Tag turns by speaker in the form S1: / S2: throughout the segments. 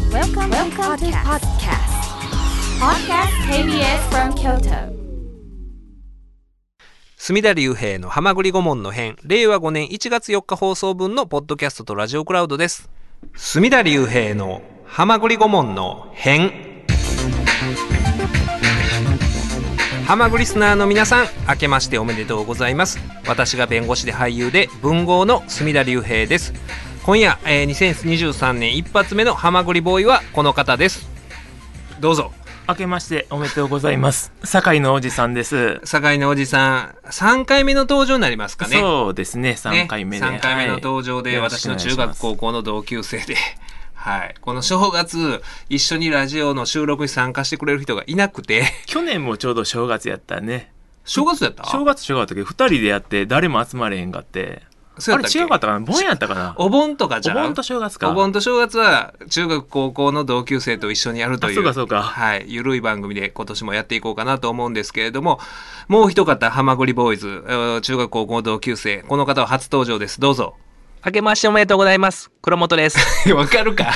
S1: Welcome, to podcast.
S2: Welcome to
S1: Podcast KBS from Kyoto.
S3: 隅田隆平の浜栗顧問の編、令和5年1月4日放送分のポッドキャストとラジオクラウドです。隅田隆平の浜栗顧問の編。浜栗リスナーの皆さん、明けましておめでとうございます。私が弁護士で俳優で文豪の隅田隆平です。今夜、えー2023年一発目の浜栗ボーイはこの方です。どうぞ。
S4: 明けましておめでとうございます。堺のおじさんです。
S3: 酒井のおじさん、3回目の登場になりますかね。
S4: そうですね、
S3: ね
S4: 3回目で。
S3: 3回目の登場で、
S4: はい
S3: 私の中学。高校の同級生で、はい、この正月一緒にラジオの収録に参加してくれる人がいなく て
S4: 去年もちょうど正月やったね。
S3: 正月だった
S4: 正月正月だけど、2人でやって誰も集まれへんかって。
S3: そうや
S4: あれ
S3: ったっけ
S4: 違うかったかな盆やったかな
S3: お盆とかじゃ
S4: お
S3: ん
S4: 盆と正月か。
S3: お盆と正月は中学高校の同級生と一緒にやるという
S4: あそうかそうか
S3: はい、ゆるい番組で今年もやっていこうかなと思うんですけれどももう一方ハマグリボーイズえー中学高校の同級生この方は初登場ですどうぞ
S5: 明けましておめでとうございます。黒本です。
S3: わかるか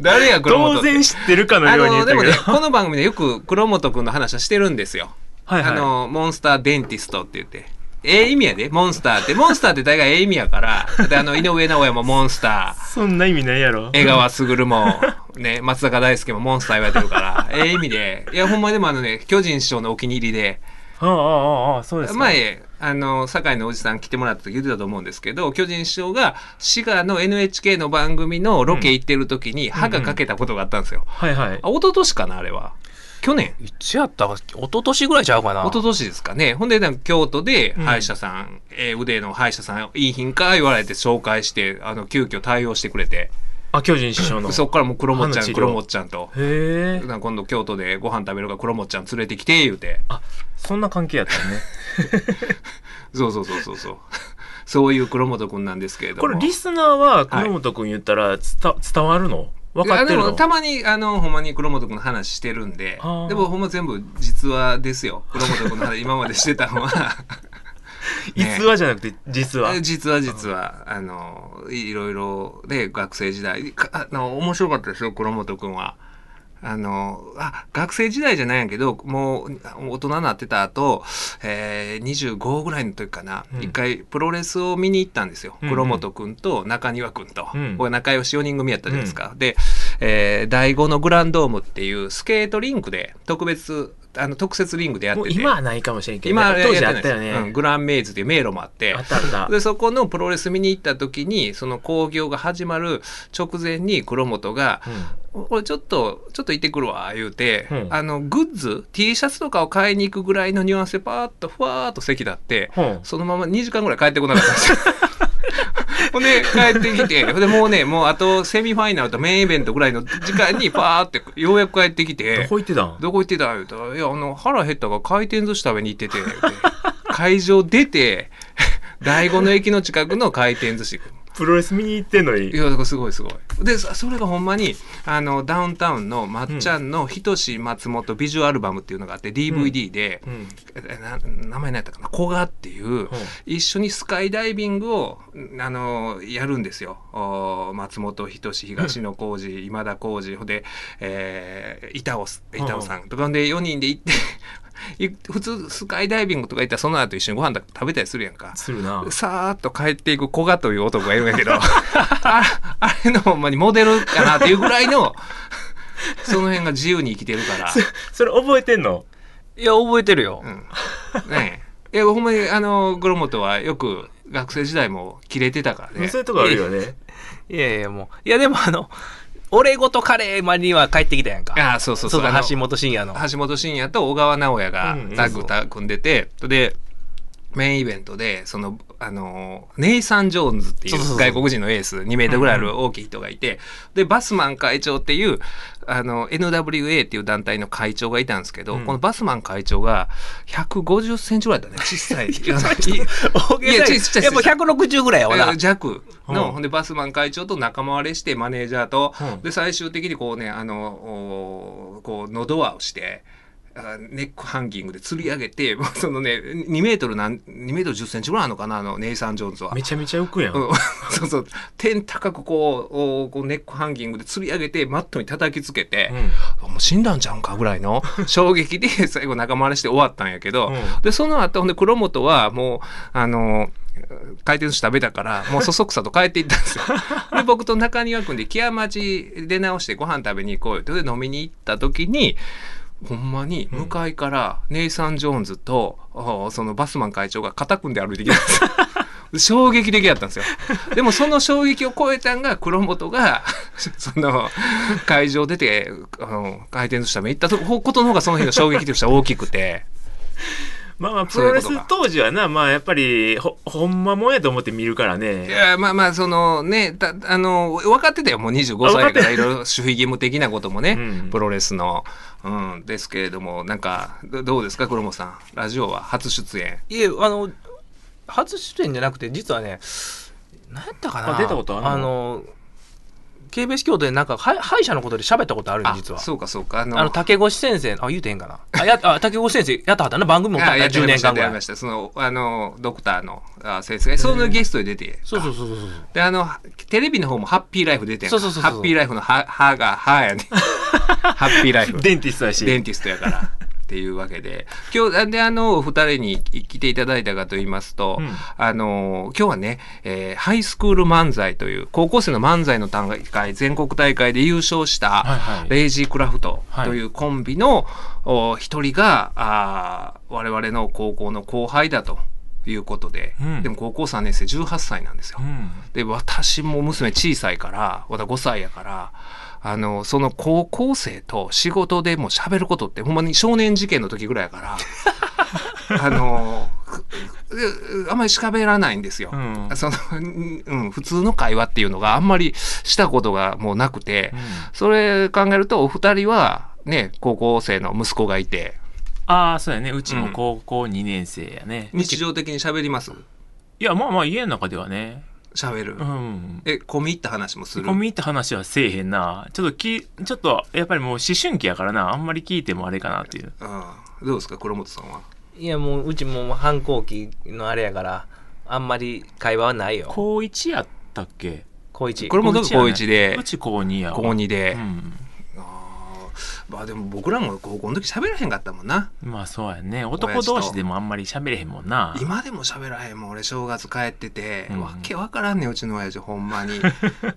S3: 誰やこの
S4: 当然知ってるかの
S3: あ
S4: ように言
S3: の
S4: った
S3: で
S4: けど。
S3: もねこの番組でよく黒本くんの話はしてるんですよ、
S4: はいはい
S3: あのモンスターデンティストって言ってええ意味やでモンスターってモンスターって大概ええ意味やからであの井上尚弥もモンスター
S4: そんな意味ないやろ。
S3: 江川卓も、ね、松坂大輔もモンスター言われてるからええ意味でいやほんまでもあのね巨人師匠のお気に入りで
S4: ああ、ああ、ああ、そうですか。
S3: 前あの堺のおじさん来てもらった時言ってたと思うんですけど巨人師匠が滋賀の NHK の番組のロケ行ってる時に歯がかけたことがあったんですよ、
S4: はいはい。
S3: あ一昨年かなあれは去年
S5: いつやったか、一昨年ぐらいちゃうかな。
S3: 一昨年ですかね。ほんで、なんか京都で
S4: うん
S3: 歯医者さん、えー腕の歯医者さん、いい品か言われて紹介して、あの、急遽対応してくれて、
S4: あ、巨人師匠の。
S3: そっからもう黒もっちゃ
S4: 歯の治
S3: ん、
S4: 療
S3: 黒もっちゃんと、
S4: へえ。
S3: なんか今度京都でご飯食べるから黒もっちゃん連れてきて、言うて。
S4: そんな関係やったね。
S3: そうそうそうそうそう。 そういう黒本くんなんですけれども。
S4: これリスナーは黒本君言ったら伝伝わるの分かってる
S3: いやで
S4: の
S3: もたまにあのほんまに黒本君の話してるんで
S4: あー
S3: でもほんま全部実話ですよ黒本君の話今までしてたのはね
S4: 逸話じゃなくて実は。
S3: 実は実はあのいいろいろで学生時代かあの面白かったですよ黒本君は。あのあ学生時代じゃないんやけどもう大人になってた後、えー、25ぐらいの時かな、
S4: うん
S3: 一回プロレスを見に行ったんですよ、
S4: うんうん
S3: 黒本君と中庭君と、
S4: うん
S3: これ仲良し4人組やったじゃないですか、で、えー、第5のグランドームっていうスケートリンクで特別あの特設リンクでやっ
S4: も
S3: て
S4: う
S3: て
S4: 今はないかもしれんけど、
S3: 今はや
S4: 当
S3: って
S4: 時
S3: ない
S4: あ
S3: です
S4: ったよね。
S3: うん、グランメイズっていう迷路もあって
S4: あったあった。
S3: でそこのプロレス見に行った時にその興行が始まる直前に黒本が
S4: うん
S3: 「俺ちょっとちょっと行ってくるわ」言うて、
S4: うん
S3: あのグッズ T シャツとかを買いに行くぐらいのニュアンスでパーッとふわーっと席立って
S4: ほう
S3: そのまま2時間ぐらい帰ってこなかったん ですよ。ほんで帰ってきてほんでもうねもうあとセミファイナルとメインイベントぐらいの時間にパーってようやく帰ってきて
S4: どこ行ってたん
S3: どこ行ってた言うたら、いや、あの、腹減ったから回転寿司食べに行ってて、言うて会場出て、第五の駅の近くの回転寿司。
S4: プロレス見に行ってんの
S3: い
S4: に。
S3: や、だからすごいすごい。で、そそれがほんまに、あの、ダウンタウンのまっちゃんのひとし松本ビジュアルバムっていうのがあって、DVD で、
S4: うん
S3: えな名前何やったかな古賀っていう、一緒にスカイダイビングをんあのやるんですよお松本人志東野浩二今田耕司で、えー、板尾す板尾さんとかで4人で行って い普通スカイダイビングとか行ったらその後一緒にご飯とか食べたりするやんか。
S4: する な。
S3: さーっと帰っていく古賀という男がいるんや けどああれのほんまにモデルかなっていうぐらいのその辺が自由に生きてる から。
S4: それ覚えてんの
S5: いや、覚えてるよ。
S3: うんねえ。いや、ほんまに、あの、黒本はよく学生時代もキレてたからね。
S4: そういうとこあるよね。
S5: いやいや、もう。いや、でもあの、俺ごとカレーまでには帰ってきたやんか。
S3: ああ、そうそうそう。
S5: だ
S3: あの
S5: 橋本真也の。
S3: 橋本真也と小川直也が
S4: うんうん
S3: タッグタ組んでて、で、メインイベントで、その、あの、ネイサン・ジョーンズってい
S5: そうそうそうう
S3: 外国人のエース、2メートルぐらいある大きい人がいて、で、バスマン会長っていう、あの、NWA っていう団体の会長がいたんですけど、
S4: うん
S3: このバスマン会長が150センチぐらいだったね。小さ い。
S5: 大げさ
S3: いやちっちゃい
S5: いや、もう160ぐらいやわな。
S3: 弱
S4: う
S3: の、
S4: ん
S3: ほんでバスマン会長と仲間割れしてマネージャーと、
S4: うん
S3: で最終的にこうねあのおーこう喉輪をして。あネックハンギングで吊り上げて、もうそのね、2メートルなん、2メートル10センチぐらいあるのかな、あの、ネイサン・ジョーンズは。
S4: めちゃめちゃ浮くやん。
S3: うん そうそう。天高くこう、おこうネックハンギングで吊り上げて、マットに叩きつけて、もう死んだんちゃうんかぐらい の衝撃で最後仲間割れして終わったんやけど、
S4: うん
S3: で、その後、ほんで黒本はもう、あの、回転寿司食べたから、もうそそくさと帰っていったん ですよ。で、僕と中庭君で、木屋町で直してご飯食べに行こうよって、で、飲みに行った時に、ほんまに向かいからネイサン・ジョーンズと、おそのバスマン会長が肩組んで歩いてきたんですよ。衝撃的だったんですよ。でもその衝撃を超えたんが黒本が その会場出てあの回転寿司食べに行ったとことの方がその日の衝撃としては大きくて。
S4: まあまあ、プ
S3: そうい
S4: ロ
S3: う
S4: レ
S3: こ
S4: ス
S3: とか
S4: 当時はな、まあやっぱり、ほ、ほんまもんやと思って見るから
S3: い
S4: ね。
S3: やまあまあそのねたあの分かってたよもう25歳やからいろいろ守秘義務的なこともね、
S4: うん
S3: プロレスの、うん、ですけれどもなんかどどうですか黒本さんラジオは初出演。
S5: いえあの初出演じゃなくて実はね何やったかな
S4: あ出たことあるの
S5: あの KBS 京都でなんかは歯医者のことで喋ったことあるん
S3: あ
S5: で実は
S3: そうかそうかあの
S5: あの竹越先生あ言うてへんかなあやあ竹越先生やったはったな番組も
S3: あやって
S5: 10
S3: ま
S5: 年
S3: した
S5: 間
S3: やっ
S5: ぐ
S3: て
S5: ら
S3: ま
S5: い
S3: したそのあのドクターのあ先生がそのゲストで出て
S5: そうそうそうそうそう
S3: であのテレビの方も「ハッピーライフ」出てん
S5: そうそうそうそう
S3: ハッピーライフの歯「歯が「歯やねハッピーライフ
S4: デンティストやし。
S3: デンティストやからっていうわけで今日あであのお二人に来ていただいたかと言いますと、
S4: うん
S3: あの今日はね、えーハイスクール漫才という高校生の漫才の大会全国大会で優勝した、
S4: はいはい
S3: レイジー・クラフト
S4: はい
S3: というコンビのお一人があー我々の高校の後輩だということで、
S4: うん
S3: でも高校3年生18歳なんですよ。
S4: うん。
S3: で私も娘小さいからまだ5歳やからあのその高校生と仕事でも喋ることってほんまに少年事件の時ぐらいやから あのううあんまり喋らないんですよ、
S4: うん
S3: そのうんうん普通の会話っていうのがあんまりしたことがもうなくて、
S4: うん
S3: それ考えるとお二人はね高校生の息子がいて
S4: ああ、そうやね。うちも高校2年生やね。
S3: 日常的に喋ります
S4: いや、まあまあ家の中ではね。
S3: 喋る、
S4: うん。
S3: え込み入った話もする
S4: 込み入った話はせえへんな。ちょっとき、ちょっと、やっぱりもう思春期やからな。あんまり聞いてもあれかなっていう。
S3: うんどうですか黒本さんはい
S5: やもううちも反抗期のあれやからあんまり会話はないよ
S4: 高1やったっけ
S5: 高一
S3: これもどこ高一で
S4: うち高2やわ。
S3: 高2で、
S4: うん。
S3: あーまあでも僕らも高校の時喋らへんかったもんな
S4: まあそうやね。男同士でもあんまり喋れへんもんな。
S3: 今でも喋らへんもん俺正月帰ってて、
S4: うん
S3: わけわからんねんうちの親父ほんま に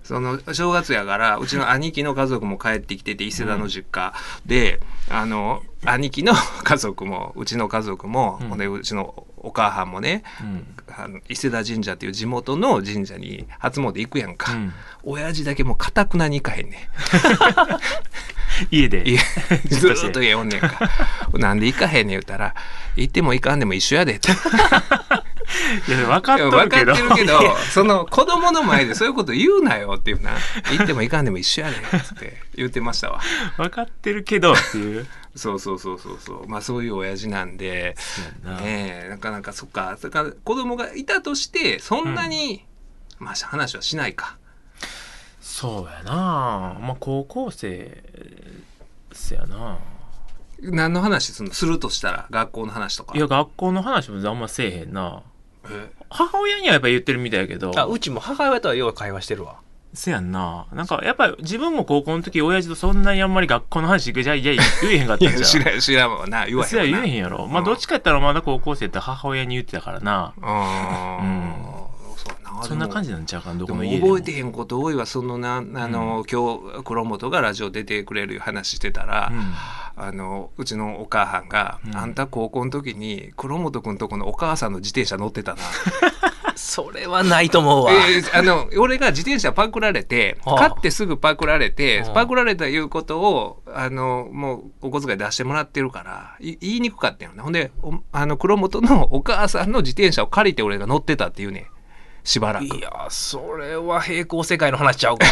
S3: その正月やからうちの兄貴の家族も帰ってきてて伊勢田の実家、であの兄貴の家族もうちの家族も、
S4: うん
S3: ほんでうちのお母さんもね
S4: うん。
S3: あの伊勢田神社っていう地元の神社に初詣行くやんか、
S4: うん
S3: 親父だけもうかたくなに行かへんねん
S4: 家で。
S3: いや ずーっと言えおんねんか。なんで行かへんねん言うたら、行っても行かんでも一緒や でって。
S4: いや、分かっ
S3: 分
S4: と
S3: かっ
S4: る
S3: て
S4: け
S3: る
S4: ど。
S3: けど、その子供の前でそう いうこと言うなよっていうな。行っても行かんでも一緒やでって言ってましたわ。
S4: 分かってるけどっていう。
S3: そうそうそうそうそう。まあそういう親父なんで、
S4: な
S3: ねえ、なかなかそっか。それから子供がいたとして、そんなに、まあ話はしないか。
S4: そうやなまあ高校生せやな
S3: 何の話するのするとしたら、学校の話とか。
S4: いや学校の話もあんませえへんな
S3: え
S4: 母親にはやっぱ言ってるみたいやけど
S5: あうちも母親とはよう会話してるわ
S4: せやんななんかやっぱり自分も高校の時親父とそんなにあんまり学校の話じゃあいや言えへんかっ
S3: い
S4: たん
S3: や、
S4: じ
S3: 知
S4: ゃん
S3: らん、知らんわな。言わへん
S4: せや
S3: わな。
S4: 言えへんやろまあどっちかやったらまだ高校生って母親に言ってたからな
S3: あーそうやな
S4: そんな感
S3: じ
S4: じなんちゃうかなど
S3: で
S4: こ
S3: も
S4: の家でも
S3: 覚えてへんこと多いわそのなあの、今日黒本がラジオ出てくれる話してたら、
S4: うん
S3: あのうちのお母さんが、
S4: うん
S3: あんた高校の時に黒本君とこのお母さんの自転車乗ってたな」
S5: それはないと思うわ、
S3: えーあの俺が自転車パクられて
S5: はあ
S3: 買ってすぐパクられて
S5: はあ
S3: パクられたいうことをあのもうお小遣い出してもらってるからい言いにくかったよねほんでおあの黒本のお母さんの自転車を借りて俺が乗ってたっていうねしばらく
S5: いやそれは平行世界の話ち ゃうか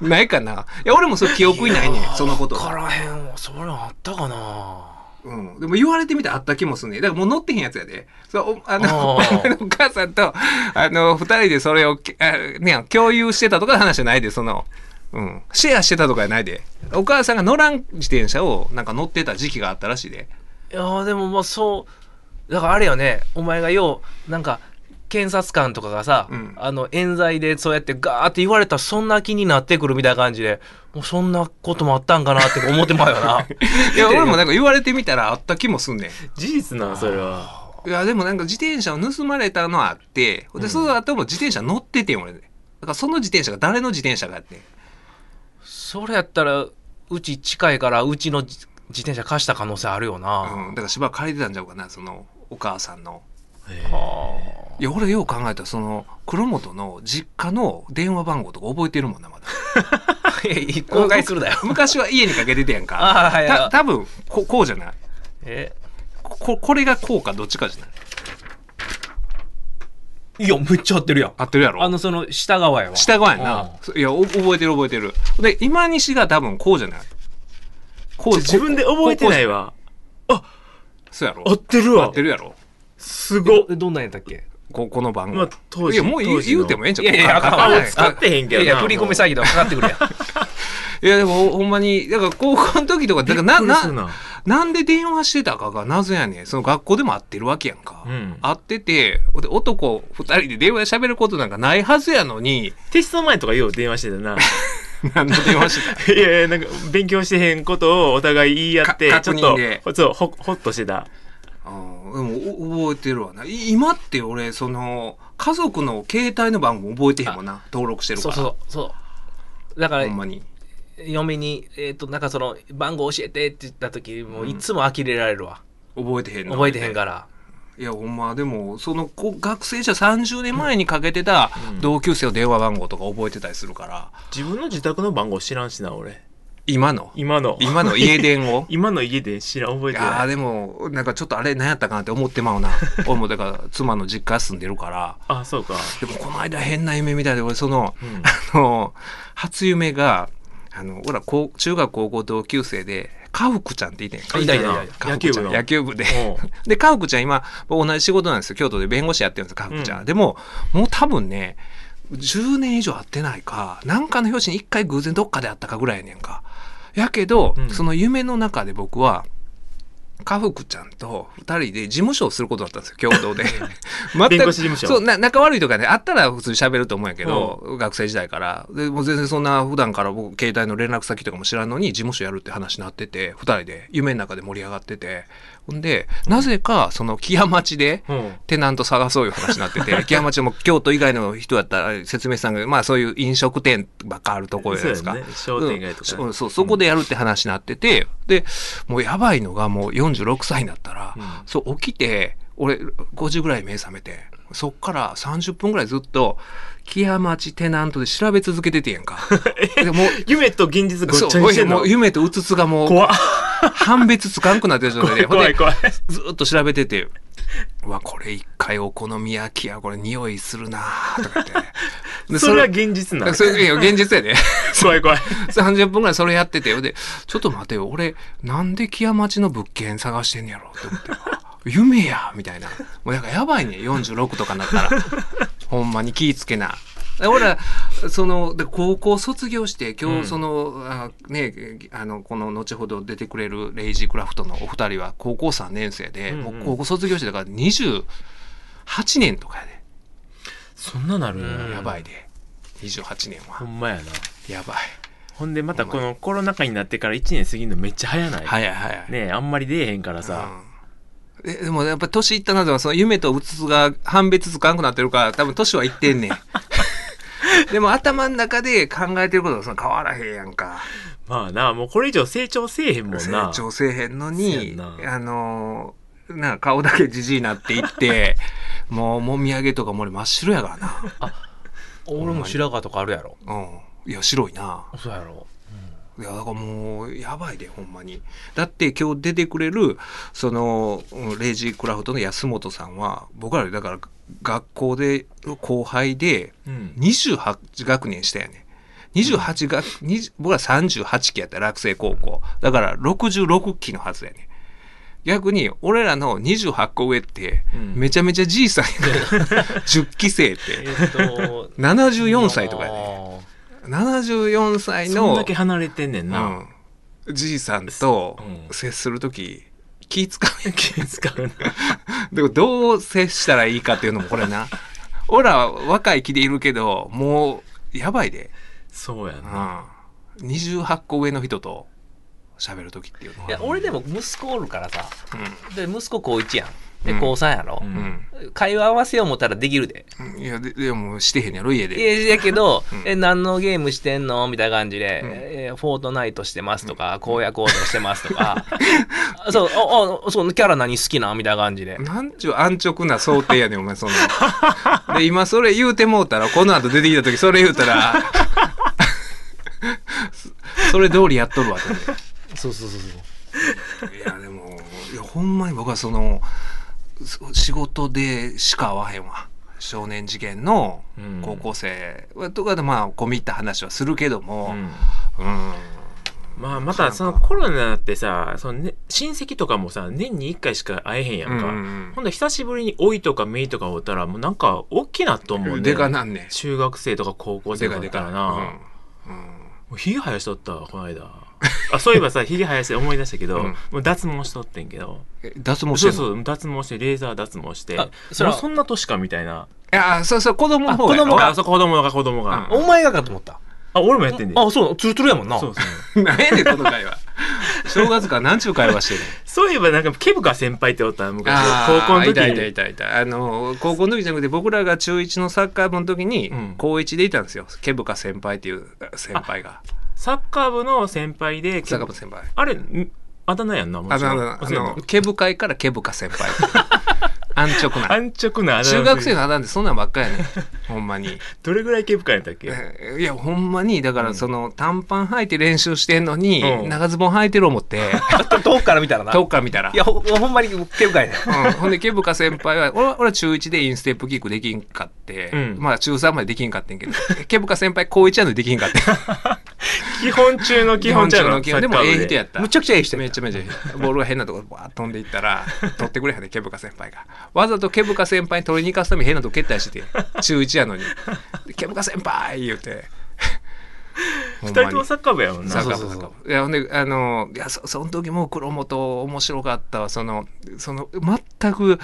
S3: ないかないや俺もそう記憶にないねんそのこと
S5: 分か
S3: が、
S5: らへんわそれあったかな
S3: うん、でも言われてみたらあった気もすんねんだからもう乗ってへんやつやでそう おあのお
S5: あー
S3: 母さんとあの二人でそれをけあ、ね、共有してたとかの話じゃないでその、うん、シェアしてたとかじゃないでお母さんが乗らん自転車をなんか乗ってた時期があったらしいで
S5: いやーでもまあそうだからあれよねお前がようなんか検察官とかがさ、
S3: うん
S5: あの冤罪でそうやってガーって言われたらそんな気になってくるみたいな感じでもうそんなこともあったんかなって思ってまうよな
S3: いや俺もなんか言われてみたらあった気もすんねん
S4: 事実なそれはい
S3: やでもなんか自転車を盗まれたのはあってでその後も自転車乗っててん俺ねだからその自転車が誰の自転車かやってん
S5: それやったらうち近いからうちの自自転車貸した可能性あるよな、
S3: うん、だからしばらく借りてたんちゃうかなそのお母さんの
S5: あ
S3: いや俺よう考えたらその黒本の実家の電話番号とか覚えてるもんなまだ
S5: あ いや公開するだよ
S3: 昔は家にかけてて やんか
S5: ああはい
S3: た
S5: はい
S3: 多分ここうじゃない
S5: え
S3: ここれがこうかどっちかじゃない
S5: いやめっちゃ合ってるやん
S3: 合ってるやろ
S5: あのその下側やわ
S3: 下側やんなそういやお覚えてる覚えてるで今西が多分こうじゃないこう
S4: 自分で覚えてない
S3: わ
S4: わ
S3: そうやろ
S4: 合ってる
S3: 合
S4: わ
S3: ってるやろ
S4: すごっ
S5: えどんなんやったっけ
S3: ここの番号、
S4: まあ当時
S3: いやもう言
S4: 当
S3: う
S4: 時の
S3: 言うてもええんちゃう
S5: いやいやあかん
S3: か
S5: あ
S3: ん
S5: 俺
S3: ない
S5: 使
S4: 使
S5: っ
S4: ってへん
S5: い
S4: けど
S5: や
S4: ない
S5: や振り込み詐欺とかかかってくるやん
S3: いやでもほんまにだから高校の時とかだからな
S4: びっくりする
S3: ななんで電話してたかが謎やねんその学校でも会ってるわけやんか、
S4: うん
S3: 会っててで男2人で電話で喋ることなんかないはずやのに
S4: テスト前とかよう電話してたな
S3: 何の電話 してた
S4: いやいやなんか勉強してへんことをお互い言い合って
S3: か
S4: ちょっ
S3: 確認
S4: と
S3: で
S4: そうほほっとしてた
S3: うんでもお覚えてるわない今って俺その家族の携帯の番号覚えてへんもんな登録してるか
S5: そう
S3: ら
S5: そうそうだから
S3: ほんまに
S5: 嫁に、えっとなんかその番号教えてって言った時もういつも呆れられるわ、
S3: 覚えてへんの
S5: 覚えてへんから
S3: いやほんまでもそのこ学生じゃ30年前にかけてた
S4: うん
S3: 同級生の電話番号とか覚えてたりするから
S4: 自分の自宅の番号知らんしな俺
S3: 今の
S4: 今の
S3: 今の家電 を
S4: 今の家で知らん覚え
S3: い
S4: て
S3: やー
S4: ない
S3: でもなんかちょっとあれ何やったかなって思ってまうな 俺もだから妻の実家住んでるから
S4: あそうか
S3: でもこの間変な夢みたいで俺その
S4: うん
S3: あの初夢があの俺ら高中学高校同級生でカフクちゃんっていてん
S5: いたいたいたい
S4: 野球部の
S3: 野球部で
S4: おう
S3: で、かふくちゃん今、僕同じ仕事なんですよ。京都で弁護士やってるんですよ、かふくちゃん。
S4: うん
S3: でも、もう多分ね、10年以上会ってないか、なんかの表紙に1回偶然どっかで会ったかぐらいやねんか。やけど、
S4: うん
S3: その夢の中で僕は、かふくちゃんと2人で事務所をすることだったんですよ、共同 で。全く
S4: 弁護士事務所
S3: そうな、仲悪いとかね、あったら普通に喋ると思うんやけど、学生時代から。で、もう全然そんな普段から僕、携帯の連絡先とかも知らんのに、事務所やるって話になってて、2人で夢の中で盛り上がってて。ほんで、なぜか、その、木屋町で、
S4: うん
S3: テナント探そういう話になってて、木屋町も京都以外の人やったら、説明さんが、まあそういう飲食店ばっかあるところじゃないですか。
S4: そうやね商店街とかね
S3: うん、そう、そこでやるって話になってて、で、もうやばいのがもう46歳になったら、
S4: うん
S3: そう起きて、俺5時ぐらい目覚めて、そっから30分ぐらいずっと、木屋町テナントで調べ続けててん やんか。でもう
S4: 夢と現実ごっちゃにして
S3: そうん
S4: の
S3: もう夢とうつつがもう、
S4: 怖っ
S3: 判別つかんくなってる状態で。ほんで
S4: 怖い怖い
S3: ずーっと調べてて、うわ、これ一回お好み焼きや、これ匂いするなーとか 言って。で
S4: それは現実なの
S3: それいや現実やで。
S4: 怖い怖い
S3: 30分ぐらいそれやってて、で、ちょっと待てよ、俺、なんで木屋町の物件探してんねやろって思って。 夢やみたいな。もうだからやばいね、46とかなったら。 ほんまに気ぃつけな。で俺ら、その、で高校卒業して、今
S4: うん
S3: 日その、あね、あの、この後ほど出てくれるレイジークラフトのお二人は高校3年生で、
S4: うんうん
S3: もう高校卒業してだから28年とかやで、
S4: そんななるんや
S5: うん
S3: やばいで。28年
S4: ほ
S3: は。
S4: んまやな
S3: やばい。
S4: ほんでまたこのコロナ禍になってから1年過ぎるのめっちゃ早ない、
S3: 早い早い。
S4: ねえあんまり出えへんからさ、
S3: うんえでもやっぱ年いったなとはその夢とうつつが判別つかんくなってるから多分年はいって んねんでも頭の中で考えてることはその変わらへんやんか
S4: まあなもうこれ以上成長せえへんもんな
S3: 成長せえへんの
S4: せや
S3: に
S4: んな
S3: あのーな顔だけじじいなっていって もうもみあげとかも俺真っ白やからな
S5: 俺も白髪とかあるやろ
S3: うんいや白いな
S5: そうや ろ
S3: いやだからもうやばいでほんまにだって今日出てくれるそのうんレイジークラフトの安本さんは僕らよりだから学校で後輩で
S4: うん
S3: 28学年したやね28学、20僕ら38期やった落成高校だから66期のはずやね逆に俺らの28個上って
S4: うん
S3: めちゃめちゃじいさんや から、10期生って
S5: えっと
S3: 74歳とかやね
S5: ね
S3: 74歳
S4: そん
S3: の
S4: だけ離れてんねんな、
S3: うんじいさんと
S4: うん
S3: 接する時気使う やんけ
S4: 使うな。
S3: でもどう接したらいいかっていうのもこれな俺ら若い気でいるけどもうやばいで、
S4: そうや
S3: うん、
S4: な。
S3: 28個上の人と喋る時っていうのはい
S5: や俺でも息子おるからさで息子高1やん
S3: う
S5: で
S3: ん
S5: 高3やろ
S4: う、
S3: うん、
S5: 会話合わせよう思ったらできるで
S3: うんいやででもしてへんやろ家で
S5: いやいやけど、
S3: うん
S5: え何のゲームしてんのみたいな感じで、
S3: うん
S5: えーフォートナイトしてますとか、荒野行動してます とかそうああそうキャラ何好きなんみたいな感じで、
S3: なんちゅう安直な想定やねん、お前、その。で、今それ言うてもうたら、この後出てきた時それ言うたら、 そそれ通りやっとるわ、と思
S5: そうそうそうそう
S3: っていや、でも、いや、ほんまに僕はその、そ仕事でしか会わへんわ。少年事件の
S4: うん
S3: 高校生とかで、まあ、込み入った話はするけど
S4: う
S3: も、
S4: ん
S3: うん。
S4: まあまたそのコロナってさその、ね、親戚とかもさ年に1回しか会えへんや
S3: うん
S4: か、
S3: ん
S4: ほんで久しぶりに老いとかめいとかおったらもうなんか大きなと思うね
S3: でかなん ねん。
S4: 中学生とか高校生
S3: で
S4: と
S3: か
S4: かだ
S3: で
S4: った
S3: から
S4: な、
S3: うんうん
S4: もうひげ生やしとったわこの間あそういえばさひげ生やして思い出したけど、
S3: うん
S4: もう脱毛しとってんけど
S3: え脱毛して
S4: そ
S3: ん
S4: う
S3: の
S4: そう脱毛してレーザー脱毛して
S5: あそれは
S4: もうそんな年かみたいない
S3: や、そうそう、子供の方
S5: あ子供
S3: や
S4: あ
S3: ろ
S4: そう子供が子供が、
S3: うん
S5: お前がかと思った
S4: あ俺もやってんで
S5: あそうツルツルやもんな
S4: そうそう
S3: 何やねんこの会話 正月から何ちゅう会話してる
S4: そういえばなんかケブカ先輩っておった 昔
S3: あ
S4: 高校の時に
S3: いたいたいたいたあの高校の時じゃなくて僕らが中1のサッカー部の時に
S4: うん
S3: 高1でいたんですよケブカ先輩っていう先輩が
S4: サッカー部の先輩で、
S3: サッカー部の先輩
S4: あれ、んあだ名やんな、も
S3: あ
S4: ちろん
S3: のあ
S4: そうやんな
S3: のケブ会からケブカ先 輩安直な
S4: 安直なあだ名。
S3: 中学生のあだんでそんなんばっかやねんほんまに
S4: どれぐらいケブカやったっけ
S3: えいやほんまにだからその短パン履いて練習してんのに
S4: うん
S3: 長ズボン履いてる思って
S5: と遠くから見たらな
S3: 遠くから見たら
S5: いやほほんまに毛深いね
S3: うん、ほんでケブカ先輩は俺は俺は中1でインステップキックできんかって、
S4: うん
S3: まあ中3までできんかってんけどケブカ先輩高1やのにできんかって
S4: 基本中の基本ちゃうの。
S3: 基本中の基本でもええ人や
S4: っ
S3: った
S5: むちゃくちゃええ人や
S3: めちゃめちゃええボールが変なとこバーッ飛んでいったら取ってくれへんねケブカ先輩がわざとケブカ先輩に取りに行かすために変なとこ蹴ったりしてて中1やのにでケブカ先輩言うてほんま
S4: 二人と
S3: に
S4: もサッカー部やもんな。
S3: サッカー
S5: そう
S3: 部
S5: そ
S3: サ
S5: うそ
S3: ッカー部いやほんであのいやそその時も黒本面白かったわそのその全く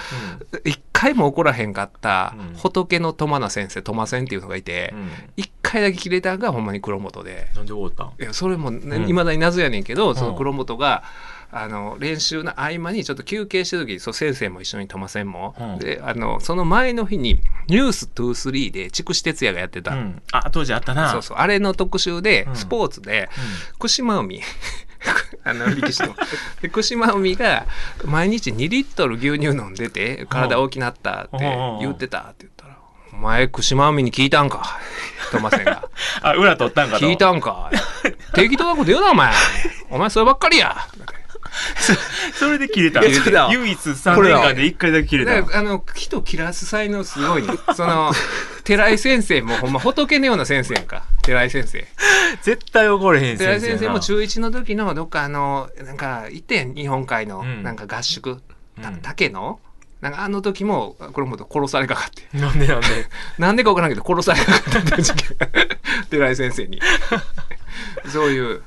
S3: 一回も怒らへんかった
S4: うん
S3: 仏のトマナ先生トマセンっていうのがいて
S4: うんうん
S3: 一、回だけ切れたんがほんまに黒本で
S4: なんで終わったん
S3: いやそれもい、ね
S4: うん
S3: 未だに謎やねんけどその
S4: うん
S3: 黒本が、あの練習の合間にちょっと休憩してる時にそう先生も一緒にトマセンも、
S4: うん
S3: であのその前の日に「ニュース23で筑紫哲也がやってた、
S4: うんあ、当時あったな。
S3: そうそうあれの特集で、
S4: うん
S3: スポーツで
S4: うん
S3: 福島海 あの力士ので福島海が毎日2リットル牛乳飲んでて体大きなったって言ってたって言ったら「お前福島海に聞いたんか」トマセンが
S4: あ、裏取 っ
S3: 「
S4: たんかと。
S3: 聞いたんか」適当なこと言うなお前お前そればっかりや
S4: それで切れた。
S5: いやそうだ
S4: 唯一3年間で1回だけ切れ
S3: だ
S4: た。
S3: からあの人切らす才能すごいねそ の寺井先生もほんま仏のような先生やんか寺井先生
S4: 絶対怒れへん
S3: 寺井先生も
S4: や
S3: 中1の時のどっかあのなんか行ってん日本海の
S4: うん
S3: なんか合宿、た
S4: うん
S3: 竹のなんかあの時もこれも殺されかかって
S4: ななんでなんで。
S3: なんでか分からんけど殺されかかったって事件 寺井先生 にそういう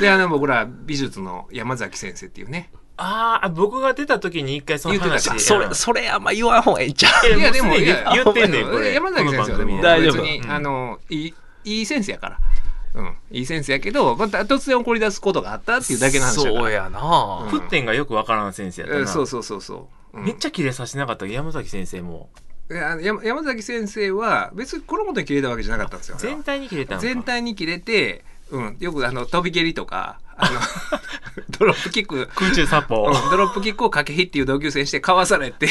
S3: であの僕ら美術の山崎先生っていうね
S4: ああ、僕が出た時に一回その
S3: 言って
S4: 話
S3: た。
S5: それそれあんま言わんほうがええんちゃう
S4: い
S3: い
S4: や
S3: や
S4: で
S3: で
S4: も
S3: も
S4: うすでに
S3: いや
S4: 言ってんねん
S3: あ
S4: これ
S3: 山崎先生はでも
S4: この番
S5: 大丈
S3: 別
S5: 夫
S3: に
S4: うん
S3: あのいいいい先生やから、うん、いい先生やけど、また突然怒り出すことがあったっていうだけの話やか
S5: そ
S3: ら
S5: うやな、
S3: うん
S4: 組点がよくわからん先生やった
S3: え
S4: な、
S3: ーそうそうそうそう、うん
S4: めっちゃキレさせなかった山崎先生も
S3: いやあの山山崎先生は別にこのことに切れたわけじゃなかったんですよあれは
S4: 全体にキレたんか
S3: 全体に切れて、うん、よくあの飛び蹴りとかあの ドロップキッ ク、
S4: 空中殺
S3: う
S4: 法
S3: んドロップキックを掛けひっていう同級生にしてかわされて。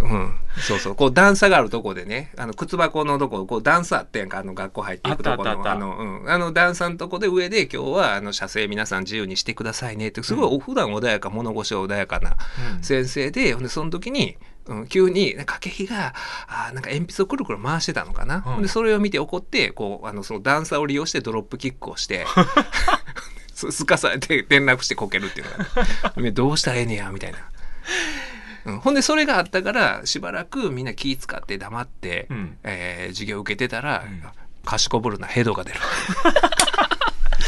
S3: うん、そうそうこう段差があるとこでねあの靴箱のとここう段差あってんかあの学校入っていくとこ
S4: あったあっ
S3: の
S4: たあ
S3: あ
S4: った
S3: の,、うん、あの段差のとこで上で今日はあの写生皆さん自由にしてくださいねってすごいお普段穏やか物腰穏やかな
S4: うん
S3: 先生で、ほんでその時に、うん、急になんか掛木があーなんか鉛筆をくるくる回してたのかな、
S4: うん
S3: ほんでそれを見て怒ってこうあのその段差を利用してドロップキックをして すすかされて転落してこけるっていうのが ねどうしたらええねやみたいな。うん、ほんでそれがあったからしばらくみんな気使って黙って、
S4: うん
S3: えー授業受けてたら、
S4: うん
S3: 賢ぶるなヘドが出る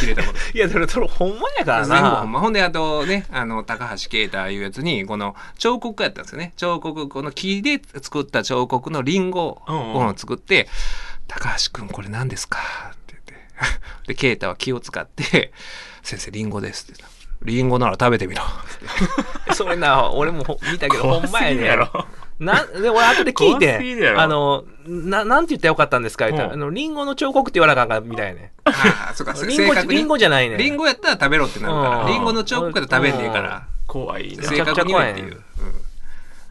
S3: 切れたこと。
S5: いや、でもそれほんまやから
S3: 全部ほん
S5: な。
S3: まほんであとねあの高橋啓太いうやつにこの彫刻家やったんですよね彫刻この木で作った彫刻のリンゴ
S4: うんうん
S3: を作って「高橋君これ何ですか?」って 言ってで啓太は気を使って「先生リンゴです」って言ったリンゴなら食べてみろ。
S5: それな、俺もほ見たけど、ほんまやね。
S4: やろ。
S5: な、で、俺後で聞い
S4: 怖すぎるや
S5: て、
S4: ろ
S5: あの、な、なんて言ったらよかったんですか言ったら、
S4: う
S5: あ
S4: ん
S5: の、リンゴの彫刻って言わなあかんかみたいやね。
S3: ああ、そう か、
S5: リンゴ、リンゴじゃないね。
S3: リンゴやったら食べろってなるか
S5: う
S3: ら、
S5: ん
S3: リンゴの彫刻やったら食べんねえから、
S4: 怖い
S5: ん
S4: な
S5: せ。
S3: 正確にはってい
S5: めち
S3: う
S5: ゃ。
S3: うん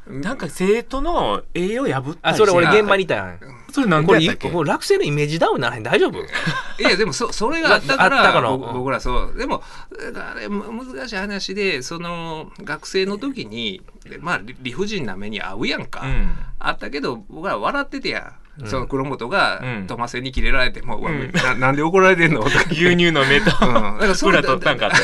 S4: なんか生徒の栄養破った
S5: あ、
S4: り
S5: それ俺
S4: して
S5: 現場にいたやん。
S4: それなん
S5: こ
S4: で
S5: れ、
S4: やったっけ
S5: これ落選のイメージダウンならへん大丈夫
S3: いやでもそそれがあったか
S5: あったからら
S3: 僕
S5: うん
S3: 僕らそうでもあれむ難しい話でその学生の時にでまあ理理不尽な目に遭うやんか、
S4: うん。
S3: あったけど僕ら笑っててやん、
S5: うん
S3: その黒本が
S4: うん
S3: トマセにキレられてもう、うわ
S4: うん
S3: ななんで怒られてんの とか
S4: 牛乳のメ
S3: うんだから
S4: と
S3: そう
S4: 裏取ったんかって。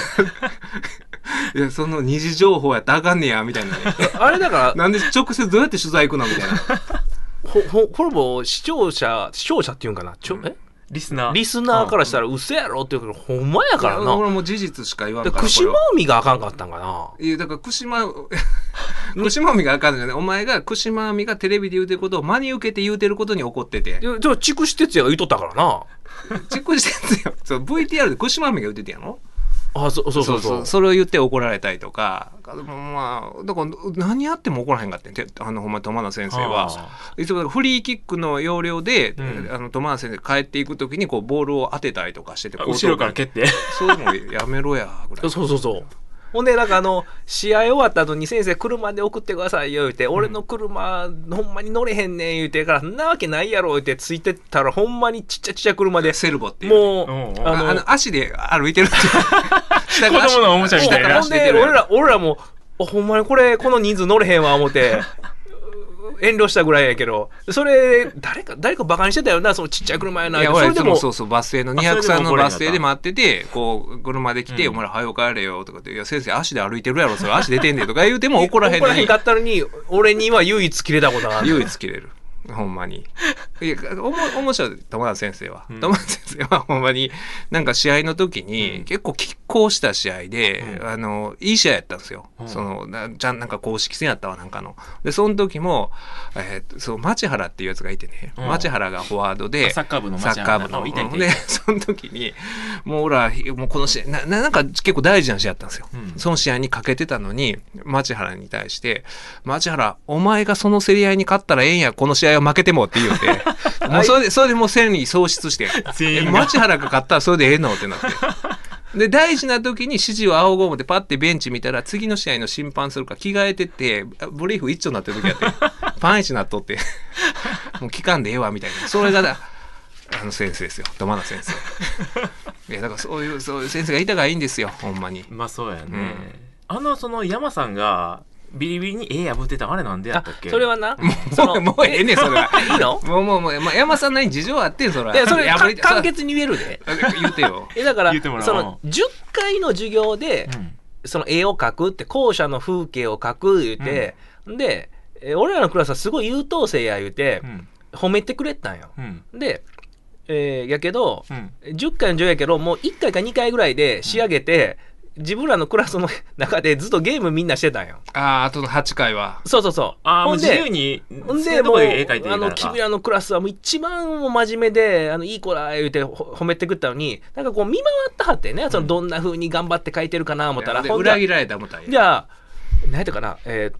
S3: いやその二次情報やったらあかんねやみたいなね
S5: あれだから、
S3: なんで直接どうやって取材行くのみたいな
S5: ほ、ほ、ほぼ視聴者、視聴者っていうんかな、ちょ、え
S4: リスナー。
S5: リスナーからしたら嘘やろって言うけど、ほんまやから
S3: いや
S5: な。
S3: 俺も事実しか言わん
S5: で
S3: から
S5: 串
S3: これは
S5: 間海があかんかったんかな。
S3: いやだから串間 串間みがあかんのじゃないお前が串間みがテレビで言うてることを真に受けて言うてることに怒ってて
S5: いや、ちょ、筑紫哲也が言うとったからな。
S3: チェックしてんすよそう VTR で串間みが言うててやろ
S5: あ、そそうそうそう。
S3: それを言って怒られたりとかだからまあだから何やっても怒らへんかってんてあのほんま玉田先生はいつもだからフリーキックの要領で、
S4: うん
S3: あの玉田先生帰っていく時にこうボールを当てたりとかしてて
S4: あー後ろから
S3: 蹴
S4: 蹴って。
S3: そういうのやめろやぐらい
S5: そうそうそう。ほんで、なんかあの、試合終わった後に先生車で送ってくださいよ言うて、俺の車、ほんまに乗れへんねん言うてから、んなわけないやろ言うて、ついてったら、ほんまにちっちゃちっちゃい車で、
S3: セルボっていう
S5: もう、
S4: うんうん
S5: あ
S3: あ
S5: の、
S3: あの足で歩いてる下が
S4: 子
S3: 足
S4: 供のおもちゃみたいな
S5: ほんで、俺ら、俺らも、あほんまにこれ、この人数乗れへんわ、思 って、遠慮したぐらいやけど、それ、誰か、誰かバカにしてたよな、そのちっちゃい車やな。
S3: いや
S5: そ
S3: 俺
S5: れ
S3: い
S5: で
S3: つ
S5: も、
S3: も
S5: そ
S3: そううそうバス停の203のバス停で待っててこう車で来て「お前ら早う帰れよ」とかって「いや先生足で歩いてるやろそれ足出てんねん」とか言うても怒らへんのに
S5: かったのに、俺には唯一切れたことがある。
S3: 唯一切れるほんまに。いやおも面白い友田先生は
S4: ん
S3: 友田先生はほんまになんか試合の時に結構拮抗した試合で、あのいい試合やったんですよ、
S4: ん
S3: そのなじゃんなんか公式戦やったわなんかのでその時も、えー、そう町原っていうやつがいてね、
S4: うん
S3: 町原がフォワードで
S4: あサッカー部の町
S3: サ
S4: 原
S3: ッカー部の
S4: あいたいたいた
S3: で その時にもう俺はもうこの試合なななんか結構大事な試合やったんですよ、
S4: うん
S3: その試合にかけてたのに町原に対して「町原お前がその競り合いに勝ったらええんやこの試合は負けても」って言うて もうそれでそれでもう戦に喪失して
S4: 全員
S3: え
S4: が
S3: 町原が勝ったらそれでええのってなって。で大事な時に指示を仰ごう思ってパッてベンチ見たら次の試合の審判するから着替えててブリーフ一丁になってる時 やってパン一なっとって もう聞かんでええわみたいなそれがだあの先生ですよ玉田先生いやだからそういうそういう先生がいたがいいんですよほんまに
S4: まあそうやね。
S3: うん
S4: あの、その山さんが、ビリビリに絵破ってたあれなんでや
S5: あ
S4: ったっけ
S5: それはな、そ
S3: もう
S5: の
S3: もうええねんそれは
S5: いいの
S3: もうもうもう、まあ、山さんなりに事情あってんそれはい
S5: や、それ、
S3: 破
S5: か
S3: り
S5: 簡潔に言えるで。
S3: それあ言うてよ
S5: え、だから
S4: 言うても、らお
S5: そうの、10回の授業で
S4: う、ん。
S5: その絵を描くって、校舎の風景を描く言うて、で、え俺らのクラスはすごい優等生や言うて
S4: う、ん。
S5: 褒めてくれたんよ。
S4: うん。
S5: で、えーやけど、
S4: うん。
S5: 10回の授業やけど、もう1回か2回ぐらいで仕上げて、自分らのクラスの中でずっとゲームみんなしてたんよ。
S3: あああとの8回は
S5: そうそうそう。
S4: ああ、もう
S5: ほん
S4: 自由
S5: で、
S4: に、
S5: ほん
S4: 好きな
S5: で、
S4: と
S5: もう、
S4: こで絵描いていいか
S5: あ
S4: ら
S5: の、君らのクラスはもう一番もう真面目で、あの、いい子ら、言うてほ褒めてくったのに、なんかこう見回ったはってね、その、どんな風に頑張って書いてるかな思ったら、
S3: で
S5: ほんなら
S3: 裏切られた思ったんや
S5: じゃあ、何やったかな、え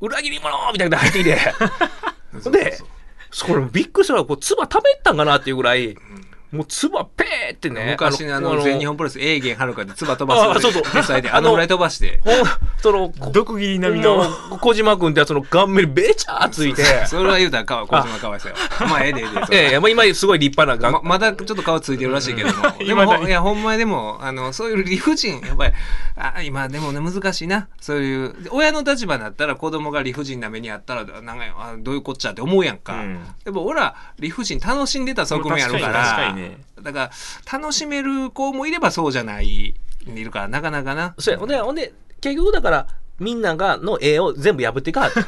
S5: ー裏切り者みたいなの入ってきて、
S3: そうそう
S5: で
S3: そう、
S5: それびっくりしたのが、こう、唾食べたんかなっていうぐらい、もう唾ペーってね。
S3: 昔のあの全日本プロレス永元遥かでつば飛ばす
S5: あそうそう
S3: 実際であのぐらい飛ばして
S5: ほんその、こ
S4: 毒斬り並みの。
S5: もう小島君ってやつの顔面にべちゃーついて、
S3: そそれは言うたらか小島かわいそうよまあええでええでそ
S5: いや
S3: れ
S5: いや、もう今すごい立派な
S3: ま
S5: 顔。
S3: まだちょっと顔ついてるらしいけども。でも
S4: 未だ
S3: ほ
S4: に
S3: ん、いや、ほんまにでも、あの、そういう理不尽、やっぱり、あ、今でもね、難しいな。そういう、親の立場になったら子供が理不尽な目にあったら、なんか、あどういうこっちゃって思うやんか。
S4: うん
S3: でも、俺ら、理不尽楽しんでた側面あるから、
S4: 確かにね
S3: だから、楽しめる子もいればそうじゃない、いるから、なかなかな。
S5: そうやほんで、ほんで、結局だから、みんなが、の絵を全部破って かはって。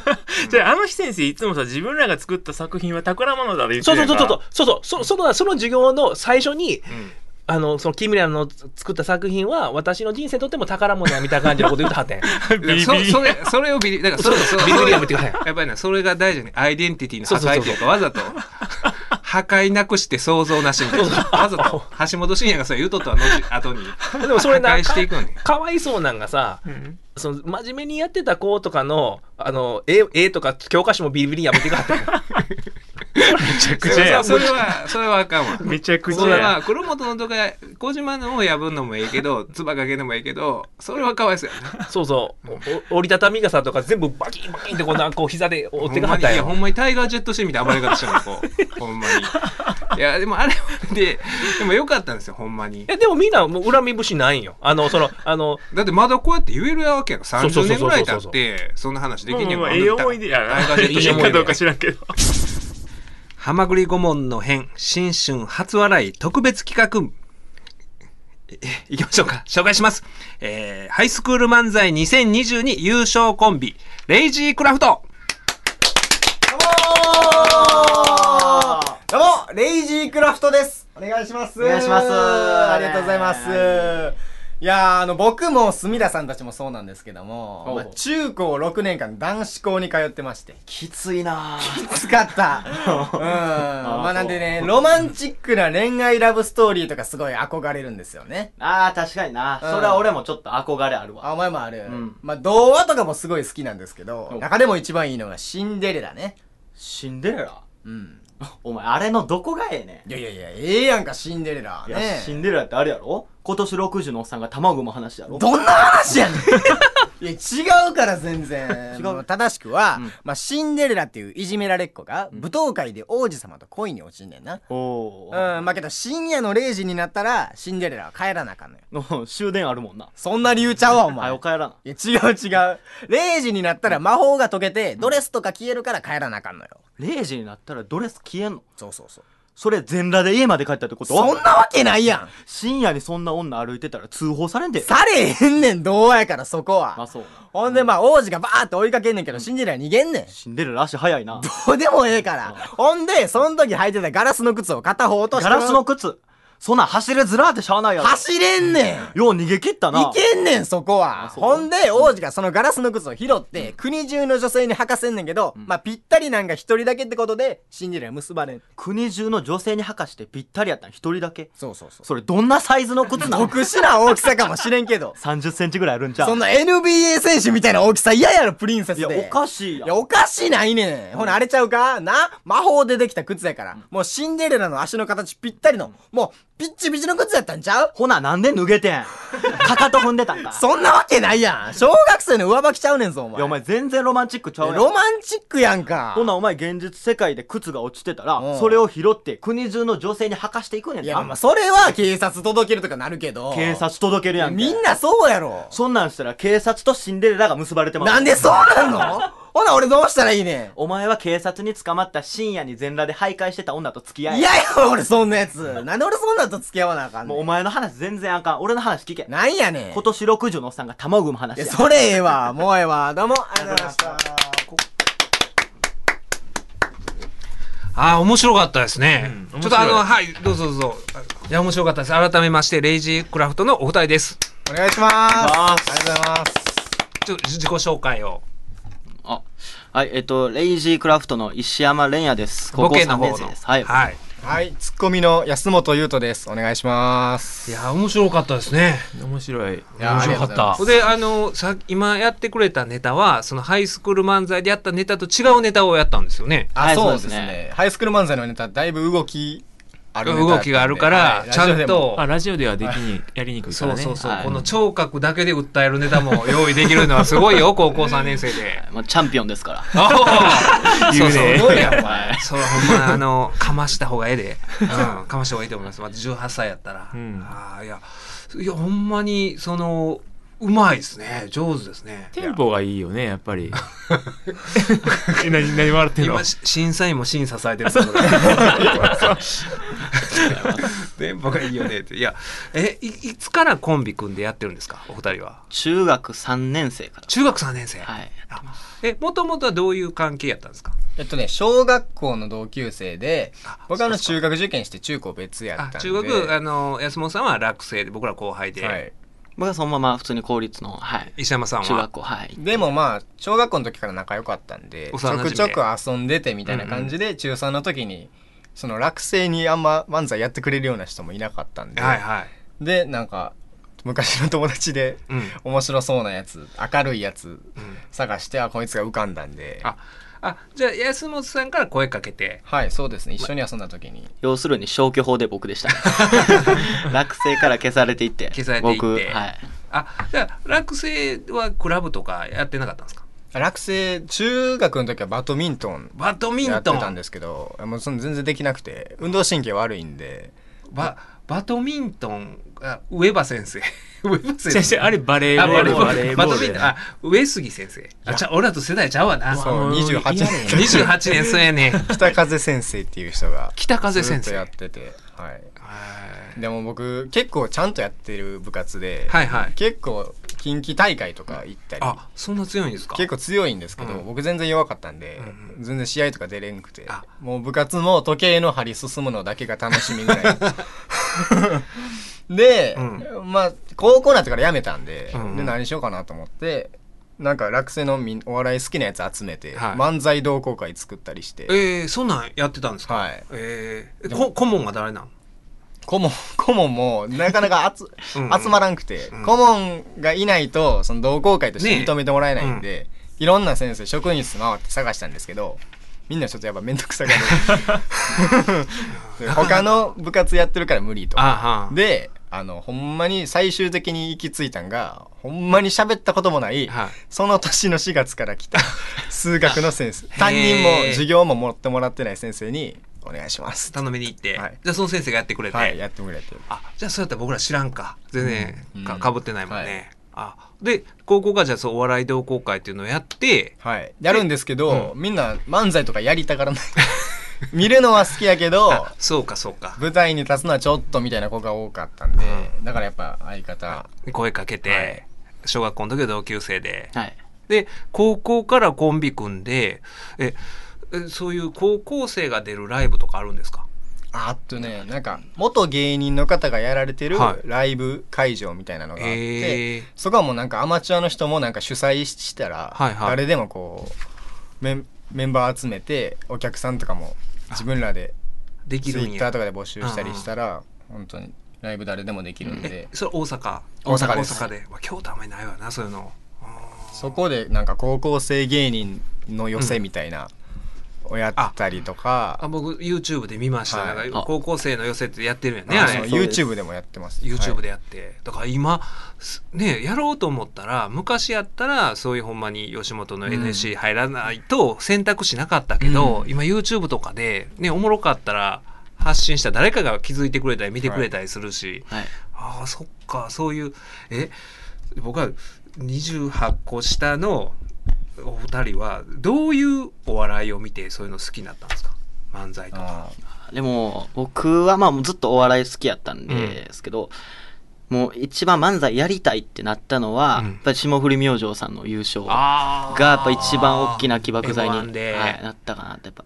S4: じゃあ、あの日先生いつもさ、自分らが作った作品は宝物だで言って
S5: そう
S4: る
S5: そ
S4: や
S5: うんそう
S4: か
S5: そうそう、そうそう、そその、その授業の最初に、
S3: うん
S5: ああの、そのキムリアンの作った作品は、私の人生にとっても宝物やみたいな感じのこと言うてはってん。
S4: ビビ
S3: そそれそれをビリだからそれ そ
S5: ビビリアムって
S3: て
S5: 言わへ ん
S3: やっぱりねそれが大事ねアイデンティティの
S5: そうそう
S3: 破
S5: そ
S3: 壊とい
S5: うそう
S3: うかわざと破壊なくして想像なしみたいなわざと橋本真也がそれ言うとったの後に
S5: でもそれな
S3: 破
S5: ん
S3: 壊
S5: か
S3: していくのに
S5: かわいそうなんがさ、
S4: うん
S5: その真面目にやってた子とかの、あの、絵絵とか教科書もビリビリやめてくはってん。
S4: めちゃ
S3: そ
S4: くちゃ
S3: れ
S4: や
S3: はそれはそれはあかんわ
S4: めちゃくち
S3: そ
S4: ゃ
S3: れ
S4: や
S3: は黒本のとか小島のを破んのもええけど唾かけんのもええけどそれはかわいそうやな
S5: そうそう。おお折りたたみ傘とか全部バキンバキンってこんな、こう膝で折ってくはったん
S3: ほんまにいやほ。
S5: よ
S3: んまにタイガージェットシーンみたいな暴れ方してるのこうほんまにいやでもあれはででもよかったんですよほんまに
S5: いやでもみんなもう恨み節ないんよ。あの、その、あの、
S3: だってまだこうやって言えるわけやろ
S5: うそうそ
S3: 30
S5: うそ
S3: 年
S5: うそう
S3: ぐらい経ってそんな話で
S4: まあ
S3: きん
S4: ま
S3: ね
S4: あ
S3: ん
S4: ま
S3: から
S4: あええ思い出や
S3: あんた
S4: な
S3: 大
S4: いい
S3: 学
S4: か
S3: で
S4: どうか知らんけど
S3: はまぐり顧問の編新春初笑い特別企画ええいきましょうか紹介しますえー、ハイスクール漫才2022優勝コンビレイジークラフト
S2: どうもレイジークラフトですお願いします
S6: お願いします
S2: ありがとうございます、、
S6: はい
S2: やーあの僕も隅田さんたちもそうなんですけども、
S6: おう
S2: まあ中高6年間男子校に通ってまして
S6: きついなぁ。
S2: きつか った。うん。まあなんでね、ロマンチックな恋愛ラブストーリーとかすごい憧れるんですよね。
S6: あー、確かにな。
S2: うん
S6: それは俺もちょっと憧れある
S2: あ、
S6: わ。
S2: お前もある。
S6: うん
S2: まあ童話とかもすごい好きなんですけど
S6: お、
S2: 中でも一番いいのがシンデレラね。
S6: シンデレラ
S2: うん。
S6: お前、あれのどこがええね
S2: いやいやいや、ええやんか、シンデレラ。
S6: ん。いや、
S2: ね
S6: シンデレラってあれやろ今年60のおっさんが卵産む話やろ
S2: どんな 話やねんいや、違うから全然。
S6: 違う
S2: まあ正しくは、
S6: うん
S2: まあシンデレラっていういじめられっ子が、舞踏会で王子様と恋に落ちんねんな。
S6: おー。
S2: うん、まあけど深夜の0時になったら、シンデレラは帰らなあかんのよ。
S6: うん。終電あるもんな。
S2: そんな理由ちゃうわ、お
S6: は
S2: 前
S6: よ。帰らな。
S2: いや、違う違う。0時になったら魔法が解けて、ドレスとか消えるから帰らなあかんのよ。
S6: 0時になったらドレス消えんの
S2: そうそうそう。
S6: それ全裸で家まで帰ったってこと
S2: そんなわけないやん
S6: 深夜にそんな女歩いてたら通報されんで。
S2: されへんねん、童話やからそこ
S6: まあ
S2: は。
S6: そうな。
S2: ほんで、まあ、王子がバーって追いかけんねんけど、シンデレラ逃げんねん。
S6: シンデレラ足早いな。
S2: どうでもええから。ほんで、その時履いてたガラスの靴を片方落として。
S6: ガラスの靴。そんなん走れずらーってしゃあないやろ。
S2: 走れんねん
S6: よう逃げ切ったな。
S2: いけんねん、そこは。
S6: あそう
S2: ほんで、王子がそのガラスの靴を拾って、国中の女性に履かせんねんけど、まあ、ぴったりなんか一人だけってことで、シンデレラ結ばれん。
S6: 国中の女性に吐かしてぴったりやったん一人だけ。
S2: そうそうそ
S6: それどんなサイズの靴
S2: う。
S6: なの。
S2: 特殊な大きさかもしれんけど
S6: ?30 センチぐ らいあるんちゃう
S2: そんな NBA 選手みたいな大きさ嫌やろ、プリンセス
S6: い
S2: で。
S6: や、おかしいや
S2: い
S6: ん
S2: や、おかしないねん。ほな、あれちゃうかな魔法でできた靴やから。もうシンデレラの足の形ぴったりの、もう、ピッチピチの靴やったんちゃう
S6: ほな、なんで脱げて ん。かかと踏んでたんか。
S2: そんなわけないやん小学生の上履きちゃうねんぞ、お
S6: い
S2: 前。
S6: や、お前全然ロマンチックちゃうやん
S2: ロマンチックやんか。
S6: ほな、お前現実世界で靴が落ちてた
S2: う
S6: ら、
S2: ん
S6: それを拾って国中の女性に吐かしていくねん
S2: い
S6: な
S2: や、まあ、それは警察届けるとかなるけど。
S6: 警察届けるやんけ
S2: みんなそうやろ。
S6: そんなんしたら警察とシンデレラが結ばれてます。
S2: なんでそうなんのほな、俺どうしたらいいね
S6: お前は警察に捕まった深夜に全裸で徘徊してた女と付き合
S2: ん。
S6: え。
S2: いやよ、俺そんなやつ。なんで俺そんなんと付き合わなあかん
S6: もうお
S2: ねん。
S6: 前の話全然あかん。俺の話聞け。
S2: なんやねん。
S6: 今年60のおっさんが卵産む話
S2: い
S6: や
S2: や、。それええわ。もうええわ。どうも、ありがとうございました。
S3: ああ、面白かったですね。
S4: うん
S3: ちょっとあの、
S4: 面
S3: はい、どうぞどうぞ。いや、面白かったです。改めまして、レイジークラフトのお二人です。
S2: お願いします。
S6: あ
S2: あり
S6: ー
S2: がとうございます。
S3: ちょっと自己紹介を。
S6: あはい、えっと、レイジークラフトの石山蓮也です。高
S3: ボ
S6: 校
S3: ケの
S6: 3
S3: 方
S6: 年
S3: の。
S6: 生です。はい。
S3: はい。
S2: はい、ツッコミの安本優斗です。お願いします。
S3: いや、面白かったですね。
S4: 面白い
S2: や
S4: 面白かっ
S2: ありがとうござい
S4: た
S2: ま
S3: ほんで、あの、さ今やってくれたネタは、そのハイスクール漫才でやったネタと違うネタをやったんですよね。
S2: あ、
S6: はい
S2: そうです
S6: そうです
S2: ね。ハイスクール漫才のネタ、だいぶ動きあるネタだったんで
S3: 動きがあるから、
S2: はい
S3: ちゃ
S2: ラジ
S3: ん
S2: オでも
S3: と
S4: あ、ラジオではできにやりにくいか
S3: そ
S4: ら
S3: う
S4: ね
S3: そうそう、
S6: はい
S3: この聴覚だけで訴えるネタも用意できるのはすごい よ、高校3年生で。
S6: まあ、チャンピオンですから。
S3: あ
S4: 言うね
S3: すごいやん、お
S6: はい
S3: 前。そう、ほんま、あの、かました方がええで。うん、かました方がいいと思います。まず18歳やったら。
S4: うん
S3: ああ、いや、いや、ほんまに、その、うまいですね。上手ですね。
S4: テンポがいいよねやっぱり え何何笑ってんの
S3: 今、し審査員も審査されてるんですよこれ 電波がいいよねっていやえいいつからコンビ組んでやってるんですかお二人は
S6: 中学3年生から。
S3: 中学3年生、
S6: はい。
S3: あえもともとはどういう関係やったんですか
S2: えっとね、小学校の同級生で
S3: あ、
S2: 僕はあの中学受験して中高別やった
S3: あ
S2: んで。
S3: 中学あの安本さんは落成で僕ら後輩で、
S2: はい。
S6: 僕はそのまま普通に公立の、はい。
S3: 石山さんは
S6: 中学校、はい。
S2: でもまあ、小学校の時から仲良かったんで、ち
S3: 幼馴
S2: ょ
S3: 染で
S2: くちょく遊んでてみたいな感じで、中3の時に、その落成にあんま漫才やってくれるような人もいなかったんで、
S3: はいはい、
S2: で、なんか、昔の友達で、
S3: うんうん、
S2: 面白そうなやつ、明るいやつ探して、あ、こいつが浮かんだんで、
S3: ああじゃあ安本さんから声かけて
S2: はい、そうですね。一緒に遊んだ時に。
S6: 要するに消去法で僕 でしたね。落成から消されていって。
S3: 消されていって
S6: 僕、はい。
S3: あじゃあ落成はクラブとかやってなかったんですか
S2: 落成、中学の時はバドミントン
S3: バドミン
S2: やって
S3: トン
S2: たんですけど、もうその全然できなくて、運動神経悪いんで、
S3: ババドミントンあ上葉先生 上葉先
S4: 先
S3: 生
S4: 生、あれバレー
S3: あ
S4: ボー
S3: バレ
S4: ル。
S3: ーボ
S4: バレ
S3: ー
S4: ー
S3: ル
S4: ボ
S3: バ
S4: ー
S3: ド
S4: ル
S3: ミントンあ上杉先生あじゃあ俺らと世代ちゃうわな
S2: そう
S4: もう
S2: 28
S4: 嫌や
S2: 年間
S3: 28年 そうやね
S2: 北風先生っていう人が
S3: 北風
S2: ず
S3: 先
S2: っとや
S3: 生
S2: ってて、はい、
S3: は
S2: でも僕結構ちゃんとやってる部活で、
S3: いはい
S2: 結構近畿大会とか行ったり
S3: あそんな強いんですか
S2: 結構強いんですけど、
S3: うん
S2: 僕全然弱かったん
S3: う
S2: で、
S3: んう
S2: 全然試合とか出れんくて
S3: あ
S2: もう部活も時計の針進むのだけが楽しみぐら いで、
S3: う
S2: まあ高校になってから辞めたんで,、
S3: うんうん
S2: で何しようかなと思ってなんか落成のみんお笑い好きなやつ集めて、
S3: はい
S2: 漫才同好会作ったりして、
S3: えー、そんなんやってたんですか
S2: はい、
S3: えー、こ顧問は誰なん
S2: 顧問顧問もなかなか集
S3: うんうん
S2: 集まらんくて、
S3: うん
S2: 顧問がいないとその同好会として
S3: ねえ
S2: 認めてもらえないんで、いろんな先生職員室回って探したんですけどみんなちょっとやっぱ面倒くさが るで他の部活やってるから無理と
S3: あは
S2: であのほんまに最終的に行き着いたんがほんまに喋ったこともない、
S3: はい
S2: その年の4月から来 た数学の先生担任も授業も持ってもらってない先生に「お願いします」
S3: 頼みに行って、
S2: はい
S3: じゃあその先生がやってくれて、
S2: はい、やってくれて。
S3: あじゃあそうやったら僕ら知らんか全然
S2: うん
S3: か,、
S2: うん
S3: ぶってないもんね、あで高校がじゃあそうお笑い同好会っていうのをやって
S2: はい、やるんですけど、みんな漫才とかやりたがらない 見るのは好きやけ ど
S3: あそうかそうか
S2: 舞台に立つのはちょっとみたいな子が多かったんで、だからやっぱ相方
S3: 声かけて、
S2: はい
S3: 小学校の時は同級生で
S6: はい。
S3: で高校からコンビ組んでええそういう高校生が出るライブとかあるんですか
S2: あっとねなんか元芸人の方がやられてる
S3: はい
S2: ライブ会場みたいなのがあって、
S3: えー、
S2: そこはもうなんかアマチュアの人もなんか主催したら、
S3: はいはい
S2: 誰でもこうメンメンバー集めてお客さんとかも自分らで
S3: でき
S2: ツイ
S3: るん
S2: ッター
S3: や
S2: とかで募集したりしたら本当にライブ誰でもできるんで。
S3: それ大阪
S2: 大阪です
S3: 大阪でわ京都あんまりないわなそういうの
S2: そこでなんか高校生芸人の寄せみたいな、をやったりと
S3: あ
S2: か、
S3: 僕 YouTube で見ました、
S2: はい
S3: なんか高校生の寄せってやってるんやね
S2: あ
S3: あ
S2: そう
S3: れ
S2: YouTube でもやってます。
S3: YouTube
S2: はい
S3: でやって、だから今すねやろうと思ったら昔やったらそういうほんまに吉本の
S2: うん
S3: NSC 入らないと選択肢なかったけど、
S2: うん
S3: 今 YouTube とかでねおもろかったら発信したら誰かが気づいてくれたり見てくれたりするし、
S6: はい。
S3: ああそっかそういうえ僕は28個下のお二人はどういうお笑いを見てそういうの好きになったんですか漫才とか。
S2: あ
S6: でも、僕はまあもうずっとお笑い好きやったんですけど、もう一番漫才やりたいってなったのは、
S3: うん
S6: やっぱり霜降り明星さんの優勝が
S3: あ
S6: やっぱ一番大きな起爆剤に、
S3: M1 で
S6: はいなったかなってやっぱ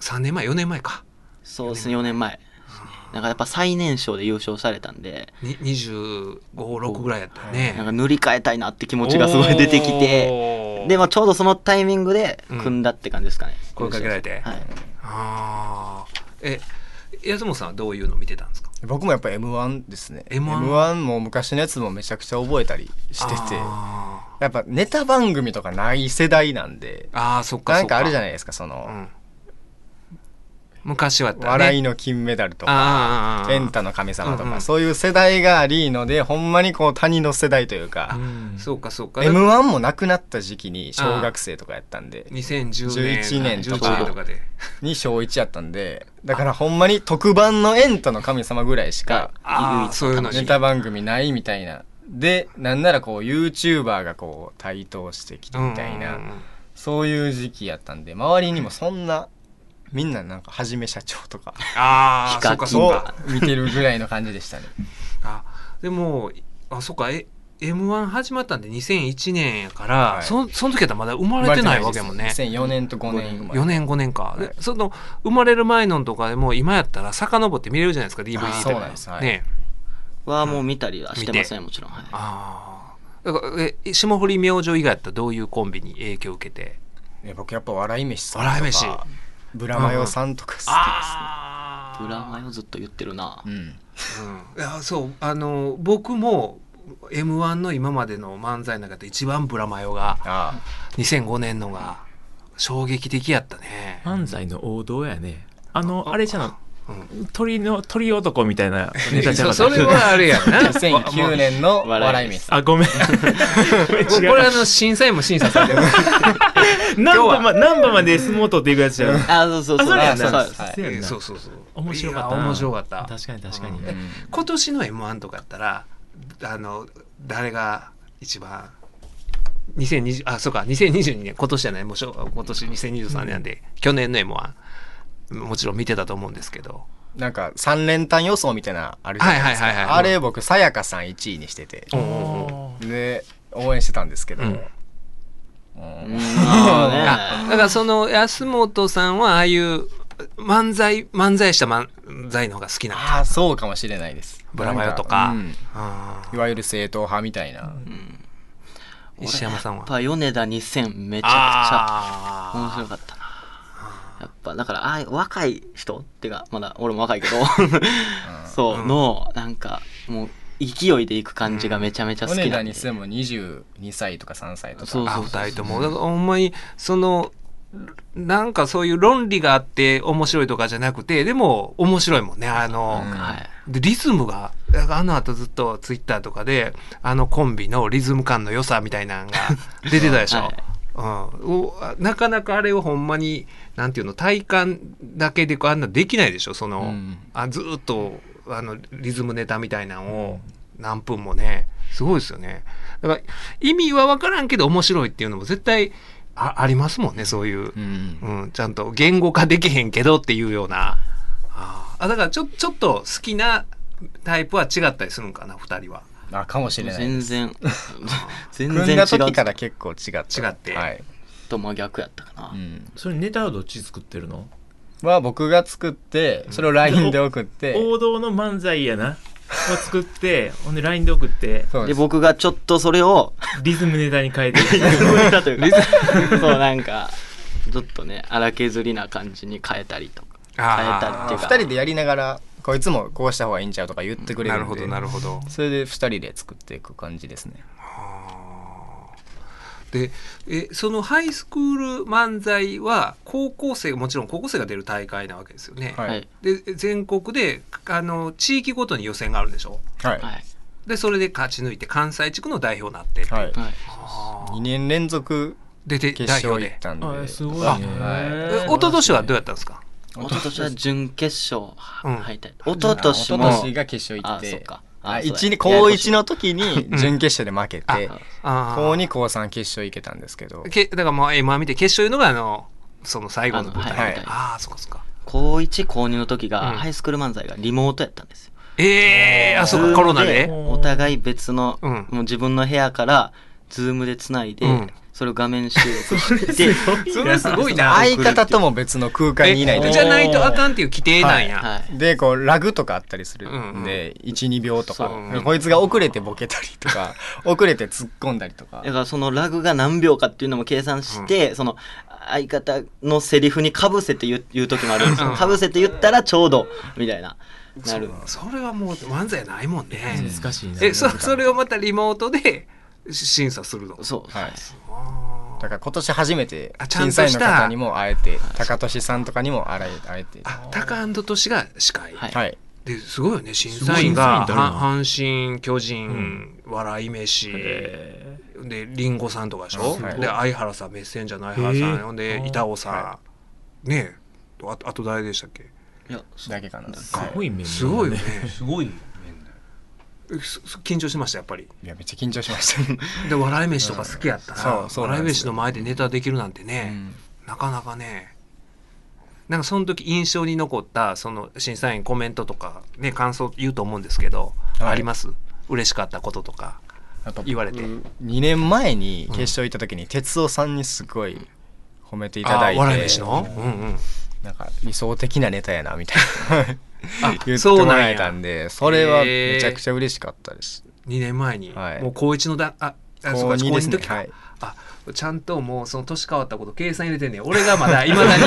S3: 3年前4年前か
S6: そうですね4年前ですねなんかやっぱ最年少で優勝されたんで
S3: に256ぐらいやったよね、
S6: なんか塗り替えたいなって気持ちがすごい出てきて
S3: おー
S6: で、まあ、ちょうどそのタイミングで組んだって感じですかね、
S3: 声かけられて、
S6: はい、
S3: ああえ安本さんはどういうの見てたんですか
S2: 僕もやっぱ M1 ですね。
S3: M1
S2: も昔のやつもめちゃくちゃ覚えたりしてて、
S3: あ
S2: やっぱネタ番組とかない世代なんで
S3: ー、あーそっか
S2: な
S3: そ
S2: ん
S3: っか
S2: かあるじゃ
S3: ない、
S2: ないですか、その、
S3: うん、昔はあったね
S2: 笑い
S3: い
S2: の金メダルとか。
S3: あーあーあー
S2: エンタの神様とか、
S3: うんうん
S2: そういう世代がありのでほんまにこう他人の世代というか、
S3: そうかそうか
S2: m 1もなくなった時期に小学生とかやったんで
S3: 2010
S2: 11
S3: 年
S2: 年
S3: 11
S2: と
S6: か
S3: 年とかで
S2: に小1やったんでだからほんまに特番の「エンタの神様」ぐらいしか
S3: ああそういうの
S2: ネ
S3: に
S2: タ番組ないみたいなでなんならこう YouTuber がこう台頭してきてみたいな、
S3: うんうんうん
S2: そういう時期やったんで周りにもそんなみんななんかはじめ社長とか
S3: ああ、
S6: ヒ
S3: そ
S6: カ
S3: うか
S6: キン
S3: そう
S2: を
S3: か。
S2: 見てるぐらいの感じで したね
S3: あでもあそうかえ M1 始まったんで2001年やから、
S2: はい
S3: そその時やったらまだ生まれてないわけやもんね。
S2: 2004年と5年生まれ
S3: 4年5年か、でその生まれる前のとかでも今やったら遡って見れるじゃないですか DVD とか
S2: あそうなんですはい
S3: ね
S6: はもう見たりはしてません、もちろん。はい
S3: ああだからえ霜降り明星以外やったらどういうコンビに影響を受けて
S2: いや僕やっぱ笑い飯さんとか
S3: 笑い飯
S2: ブラマヨさんとか好きですね、
S3: あ
S6: ブラマヨずっと言ってるな。
S2: うん
S3: うん、いやそうあの僕も m 1の今までの漫才の中で一番ブラマヨが
S2: あ
S3: 2005年のが衝撃的やったね、
S4: 漫才の王道やね。あ
S3: あ
S4: の、あれじゃん
S3: う。
S4: 鳥の、鳥男みたいなネタじゃ
S3: そ
S4: な
S3: それ
S4: かった。
S3: はあ れやんな
S2: あ2009年の笑
S6: 笑
S2: い
S6: い
S2: 飯
S6: 飯
S2: さ
S4: あ、ごめん。
S3: これあの審査員も審査されてる
S4: 何番ま、何番まで相撲取っていくやつじゃん。
S6: あ、そうそうそう。
S4: あそれやな
S6: そうです
S2: はい
S4: せやんな
S3: そうそうそう
S4: 面白かっ
S3: い
S4: た
S3: や
S4: な
S3: 面白かった
S4: 確かに確かに。
S3: うん
S2: ん、うん
S3: 今年の m 1とかやったらあの誰が一番2020あそうか2022年今年じゃないもうしょ今年2023年なんで、去年の m 1もちろん見てたと思うんですけど
S2: なんか3連単予想みたいなあるじゃないですか、
S3: はいはいはいはい
S2: あれ僕さやかさん1位にしてて
S3: おお
S2: で応援してたんですけど、
S3: うん
S2: うん
S6: うんあ
S3: あだからその安本さんはああいう漫才漫才した漫才の方が好きなんだ
S2: ああそうかもしれないです
S3: ブラマヨとか
S2: なん
S3: あ
S2: いわゆる正統派みたいな、
S3: ー石山さん
S6: や
S3: は
S6: っぱ米田2000めちゃくちゃ面
S3: あ
S6: 白かったな。やっぱだからああいう若い人ってかまだ俺も若いけど そう、のなんかもう勢いでいく感じがめちゃめちゃ好
S2: お
S6: き
S2: 値
S6: な
S2: 段
S6: んで
S2: にしても22歳とか3歳とか
S6: そう
S3: あ二人ともだからほんまにそのなんかそういう論理があって面白いとかじゃなくてでも面白いもんねあの、
S2: うん
S6: はい
S3: でリズムがだからあの後ずっとツイッターとかであのコンビのリズム感の良さみたいなの が出てたでしょ、
S6: はい
S3: うんおあ、なかなかあれをほんまになんていうの体感だけでこうあんなできないでしょその、
S2: うん
S3: あずーっとあのリズムネタみたいなのを何分もねすごいですよねだから意味は分からんけど面白いっていうのも絶対あありますもんねそういう、
S2: うん
S3: うん、ちゃんと言語化できへんけどっていうようなあーあだからちょちょっと好きなタイプは違ったりするんかな2人は
S2: あかもしれない
S6: 全然 全
S2: 組
S6: 然
S2: ん
S6: 違
S2: だ
S6: う
S2: 時から結構違って
S3: 違って
S2: はい
S6: と真逆やったかな、
S2: うん、
S4: それネタはどっち作ってるの
S2: は僕が作ってそれを LINE で送って、
S4: 王道の漫才やな。を作って、ほんで LINE で送って、
S2: そう
S6: で
S2: です
S6: 僕がちょっとそれを
S4: リズムネタに変えて。
S6: 超えたというか そうなんかちょっとね荒削りな感じに変えたりとか変えたりっていうか
S2: 2人でやりながらこいつもこうした方がいいんちゃうとか言ってくれ
S3: な
S2: る
S3: る
S2: ん
S3: ほ
S2: で
S3: どなるほど
S2: それで2人で作っていく感じですね
S3: でえそのハイスクール漫才は高校生もちろん高校生が出る大会なわけですよね、
S2: はい
S6: はい
S3: で全国であの地域ごとに予選があるんでしょ
S2: はい、
S6: はい
S3: でそれで勝ち抜いて関西地区の代表になってっていう、
S2: はい、
S6: はい
S3: あー
S2: 2年連続
S3: でで
S2: 決
S3: 代
S2: 勝
S3: 表
S2: 行っ
S3: で
S2: たんで
S4: あすごいね
S2: は
S3: え一昨年はどうやったんですか
S6: 一昨年は準決勝
S3: うん
S6: 敗退、一昨
S2: い、一
S6: 年
S2: 昨
S6: も
S2: 年が決勝行っ
S6: あそってかあ
S2: あ
S6: そうだ
S2: 一に
S6: やや
S2: 高
S6: こしい
S2: 1の時に準決勝で負けて
S3: あー
S2: 高2高3決勝行けたんですけど
S3: けだからもう m 1見て決勝いうのがあのその最後の舞台
S6: あ
S3: あ、
S6: の
S2: はい
S3: あーそっかそっか
S6: 高1高2の時が、
S3: うん
S6: ハイスクール漫才がリモートやったんですよ
S3: ええー、あそう
S6: ズー
S3: か
S6: ム
S3: コロナで
S6: お互い別の、
S3: うん
S6: もう自分の部屋からズームでつないで、
S3: うん
S6: それを画面収録して
S3: それすごいな
S2: 相方とも別の空間にいないと
S3: え
S2: い
S3: じ
S2: け
S3: ゃ
S2: ない
S3: ないとあかんっていう規定なんや、
S6: はい
S2: でこうラグとかあったりするんで、12秒とか
S3: そう
S2: こいつが遅れてボケたりとか遅れて突っ込んだりとか
S6: だからそのラグが何秒かっていうのも計算して、その相方のセリフにかぶせて言う言う時もあるんですよ
S3: うん
S6: かぶせて言ったらちょうどみたいななる
S3: それはもう漫才ないもんね、
S4: 難しいな。
S3: えそそれをまたリモートで審査するの
S6: そう
S2: はい
S3: あ
S2: だから今年初めて
S3: あちゃん
S2: 審
S3: と
S2: 査員
S3: し
S2: の
S3: た
S2: 方にも会えて高俊さんとかにも会え会えて
S3: ーあタカ俊が司会、
S6: はい
S2: はい
S3: ですごいよね審査員が
S4: すごい審査員だな
S3: は阪神巨人、笑い飯
S4: え
S3: でリンゴさんとかでしょ、
S2: すごい
S3: で相原さんメッセンジャーの相原
S4: へえ
S3: さんほんで板尾さん、ねえああと誰でしたっけ
S6: いやそう
S2: だけかな
S4: すごい面々だね
S3: す
S7: すご
S3: ごいよね
S7: い
S3: えそそ緊張しましたやっぱり
S2: いやめっちゃ緊張しましたね
S3: で笑い飯とか好きやった
S2: うん
S3: ら、
S2: そうそうな
S3: 笑
S2: ん
S3: い
S2: です
S3: 飯
S2: よ
S3: の前でネタできるなんて
S2: う
S3: ね、
S2: ん
S3: なかなかねなんかその時印象に残ったその審査員コメントとかね感想言うと思うんですけど、
S8: はい
S3: あります嬉しかったこととか言われて、
S2: 2年前に決勝行った時に哲夫さんにすごい褒めていた
S3: あ
S2: だいて
S3: 笑い飯の、うんうん、
S2: なんか理想的なネタやなみたいな
S3: あ
S2: 言って
S3: そう
S2: も
S3: なん
S2: ら
S3: や
S2: えたんでそれはめちゃくちゃ嬉しかったです
S3: 2年前に、
S2: はい
S3: もう高一のだああ
S2: 高
S3: そうか
S2: 二
S3: 高
S2: で
S3: 一
S2: す
S3: の
S2: ね
S3: 時か、
S2: はい
S3: あちゃんともうその年変わったこと計算入れてんねん俺がま だいまだに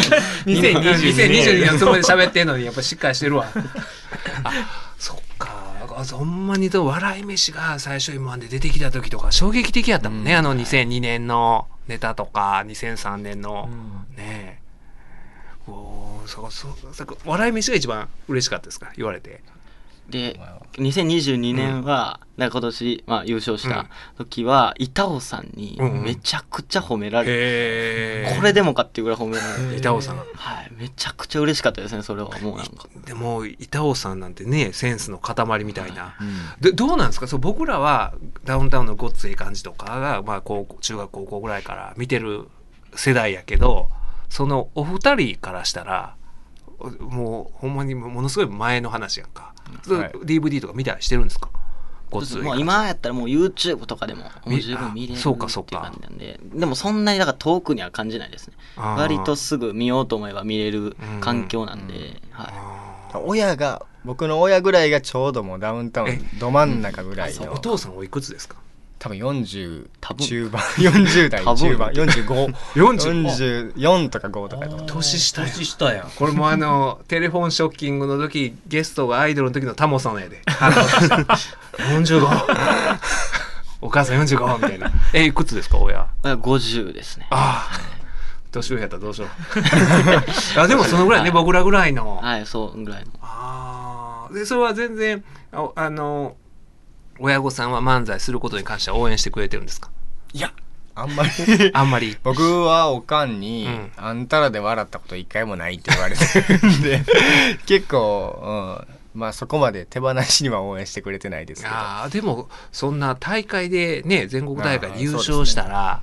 S3: 2022年のつもりで喋ってんのにやっぱしっかりしてるわあそっかあほんまにと笑い飯が最初 M−1 で出てきた時とか衝撃的やったもんね、あの2002年のネタとか2003年の、ねえおーそうそうそう笑い飯が一番嬉しかったですか言われて
S6: で2022年は、なんか今年、まあ、優勝した時は、板尾さんに
S3: うんうん
S6: めちゃくちゃ褒められて、
S3: へ
S6: これでもかっていうぐらい褒められて、
S3: 板尾さん
S6: はい、めちゃくちゃ嬉しかったですねそれはもうなんか
S3: でも板尾さんなんてねセンスの塊みたいな、でどうなんですかそう僕らはダウンタウンのごっつい感じとかが、まあ、高校中学高校ぐらいから見てる世代やけどそのお二人からしたらおもうほんまにものすごい前の話やんか、そう
S2: はい
S3: DVD とか見たりしてるんですかごっつい
S6: もう今やったらもう YouTube とかでももう十分見れるって
S3: そ
S6: いうう
S3: かそうか
S6: 感じなんででもそんなにだから遠くには感じないですね
S3: あー
S6: 割とすぐ見ようと思えば見れる環境なんで、は
S2: 親が僕の親ぐらいがちょうどもうダウンタウ
S3: え
S2: ンど真ん中ぐらい
S3: そう
S2: の
S3: お父さんおいくつですか
S2: 多分40
S6: 多分
S2: 中盤40代
S6: 多分
S2: 中盤45
S3: 40
S2: 44とか5とかやと思う
S3: 年下や
S5: 年下やん
S3: これもあのテレフォンショッキングの時ゲストがアイドルの時のタモさんやで45お母さん45みたいなえいくつですか親あ
S6: い、50ですね
S3: あ年上やったらどうしようあでもそのぐらいね僕らぐらいの
S6: はいそうぐらいの
S3: ああでそれは全然ああの親御さんは漫才することに関しては応援してくれてるんですか
S2: あんまり
S3: あんまり
S2: 僕はおかんに、
S3: うん
S2: あんたらで笑ったこと一回もないって言われてるんで 結構、うん、まあそこまで手放しには応援してくれてないですけど
S3: あーでもそんな大会でね全国大会
S2: あ
S3: で
S2: ー
S3: 優
S2: そう
S3: 勝
S2: です
S3: し
S2: ね
S3: たら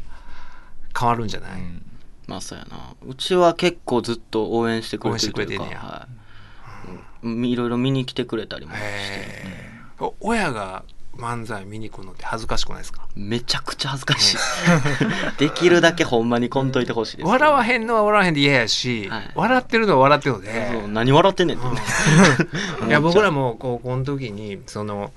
S3: 変わるんじゃない、
S2: うん
S6: まあそうやなうちは結構ずっと応援してくれてるとい
S3: 応
S6: う
S3: 援してくれてんねや
S6: か、はいうん、いろいろ見に来てくれたりもして
S3: へーお親が漫才見に来るのって恥ずかしくないですか
S6: めちゃくちゃ恥ずかしい できるだけほんまにこんといてほしいです、
S3: 笑わへんのは笑わへんで嫌やし、
S6: はい
S3: 笑ってるのは笑ってるので、
S6: そう何笑ってんねんってね、
S3: いや僕らも高校の時にその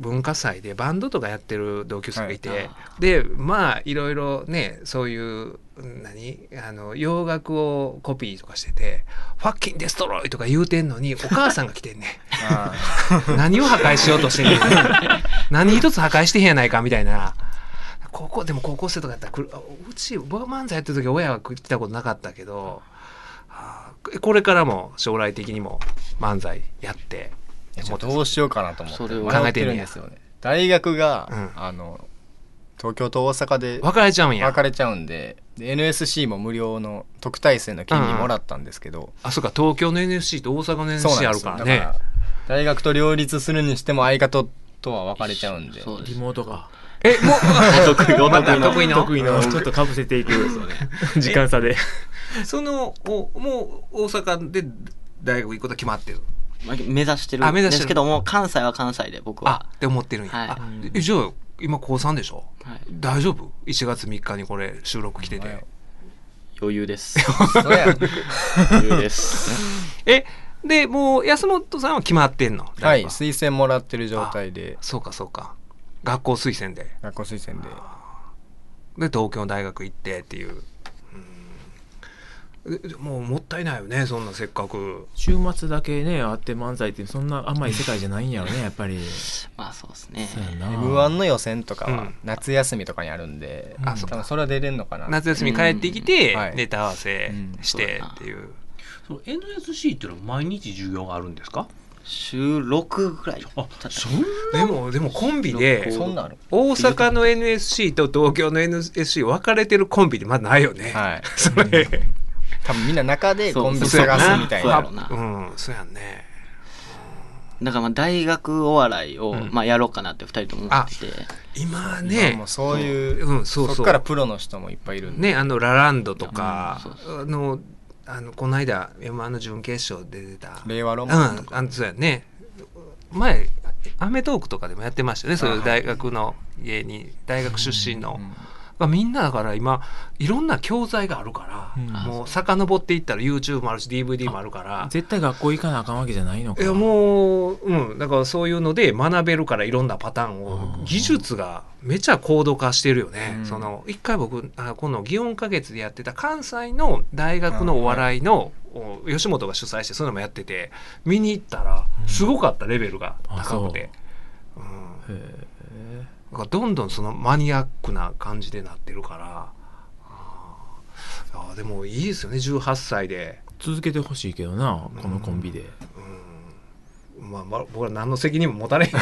S3: 文化祭でバンドとかやってる同級生がいて、
S6: はいあ
S3: でまあいろいろねそういう何あの洋楽をコピーとかしてて「ファッキンデストロイ!」とか言うてんのにお母さんが来てんねん
S2: あ
S3: 何を破壊しようとしてんねん何一つ破壊してへんやないかみたいな高校でも高校生とかやったらくるあうち僕が漫才やってる時親は来たことなかったけど、はあこれからも将来的にも漫才やって。
S2: ーちょっとどうしようかなと思って
S6: それを
S2: 迷ってるんですよね大学が、
S3: う
S2: あの東京と大阪で
S3: 別れちゃうんや
S2: 別れちゃうんでで NSC も無料の特待生の権利もらったんですけど、
S3: あそうか東京の NSC と大阪の
S2: そうなん
S3: NSC
S2: で
S3: あ
S2: す
S3: る
S2: よ
S3: から
S2: だ
S3: ね
S2: から大学と両立するにしても相方とは別れちゃうんで
S6: そうです
S4: リモー トが。
S3: えも
S6: お得意お得意の
S3: 得意の
S4: 得意の、ちょっとかぶせていく、時間差で。
S3: うそのおもう大阪で大学行くことは決まってる
S6: まあ 目指してる
S3: あ
S6: ん
S3: 目指
S6: で
S3: してる
S6: すけども関西は関西で僕は
S3: あって思ってるんや、
S6: はい
S3: あえじゃあ今高3でしょ
S6: はい
S3: 大丈夫 ?1 月3日にこれ収録来てて
S6: 余裕です
S2: そう やん
S6: 余裕です
S3: えでもう安本さんは決まってんの
S2: は
S3: 大
S2: い
S3: 学
S2: 推薦もらってる状態で
S3: そうかそうか学校推薦で
S2: 学校推薦で
S3: で東京の大学行ってっていううんででもうもったいないよねそんなせっかく
S4: 週末だけね、あって漫才って、そんな甘い世界じゃないんやろね、やっぱり。
S6: まあそうですね
S4: そうやな。
S2: m 1の予選とか
S3: う
S2: は
S3: ん
S2: 夏休みとかにあるんで、
S3: あそ
S2: 多
S3: っか
S2: 分それは出れんのかな
S3: 夏休み帰ってきて、
S2: うんはい
S3: ネタ合わせしてっていう、
S5: その NSC っていうのは毎日授業があるんですか
S6: 週6ぐらい
S5: あそん
S3: でもでもコンビで
S2: そんなんある
S3: 大阪の NSC と東京の NSC 分かれてるコンビでまだないよね、
S2: はい
S3: それ
S2: 多分みんな中でコンビ
S6: そう
S2: 探すみたい
S6: そうや
S2: な
S6: ろな
S3: うんそうやんね
S6: だからまあ大学お笑いを、
S3: ん
S6: まあ、やろうかなって2人とも思ってて
S3: 今
S2: 今
S3: ね
S2: もうそういう
S3: うんそうそう
S2: そっからプロの人もいっぱいいるんで
S3: ねあのラランドとか、
S6: う
S3: あ
S6: ん
S3: のあのこの間 m 1の準決勝で出た
S7: 令和ロ
S3: うん
S7: マンとか
S3: あのそうやね前『アメトーク』とかでもやってましたよねそういう大学の芸人大学出身の。みんなだから今いろんな教材があるから、
S4: うん
S3: もう遡っていったら YouTube もあるし DVD もあるから
S4: 絶対学校行かなあかんわけじゃないのか
S3: いやもううんだからそういうので学べるからいろんなパターン
S4: う
S3: を
S4: ん
S3: 技術がめちゃ高度化してるよね、
S7: うん
S3: その一回僕あこの祇園花月でやってた関西の大学のお笑いの、お吉本が主催してそういうのもやってて見に行ったらすごかったレベルが高くて、うん
S4: へえ
S3: だからどんどんそのマニアックな感じでなってるからあーあーでもいいですよね18歳で。
S4: 続けてほしいけどなこのコンビで、
S3: うんまあ、まあ僕ら何の責任も持たれへん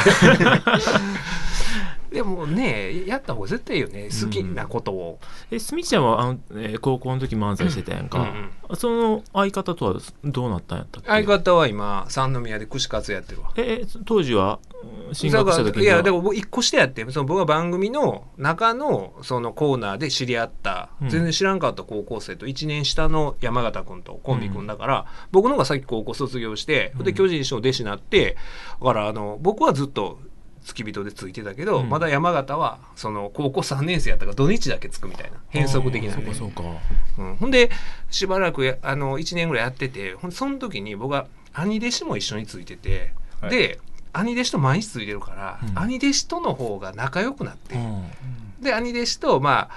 S3: でもねやった方が絶対いいよね好きなことを、
S4: えすみちゃんはあの、えー高校の時漫才してたやんか、
S3: うんうん
S4: その相方とはどうなったんやったっけ
S3: 相方は今三宮で串カツやってるわ
S4: ええ当時はうん進学した
S3: だ
S4: 時
S3: か
S4: に
S3: らいやだからら僕一個してやってその僕は番組の中のそのコーナーで知り合った、
S4: うん
S3: 全然知らんかった高校生と1年下の山形君とコンビ君だから、僕の方がさっき高校卒業して、
S4: うん
S3: で巨人師匠弟子になってだからあの僕はずっと付き人でついてたけど、
S4: うん
S3: まだ山形はその高校3年生やったから土日だけつくみたいな変則的な
S4: そう
S3: ね
S4: かそうか
S3: うん、ほんでしばらくやあの1年ぐらいやっててほんでその時に僕は兄弟子も一緒についてて、
S7: はい
S3: で兄弟子と毎日ついてるから、
S4: うん
S3: 兄弟子との方が仲良くなって、
S4: うん
S3: で兄弟子とま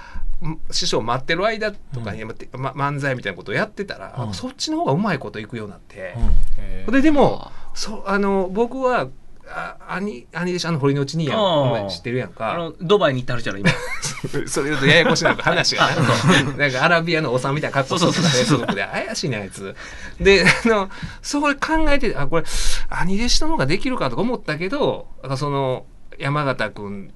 S3: あん師匠待ってる間とかに、ま漫才みたいなことをやってたら、
S4: うん
S3: そっちの方がうまいこといくようになって、
S7: へ
S3: ほんででもそうあの僕はあ兄兄弟子あの堀之内にやん
S9: あー
S3: お前知ってるやん
S9: あ
S3: か
S9: のドバイに行ってはるじゃない今
S3: それ言うとややこしいなんか話が ななんかアラビアの王さんみたいな格好してたね
S9: そうそうそうそう
S3: すごくで怪しいねあいつであのそこで考えてあこれ兄弟子の方ができるかとか思ったけどなんかその山形君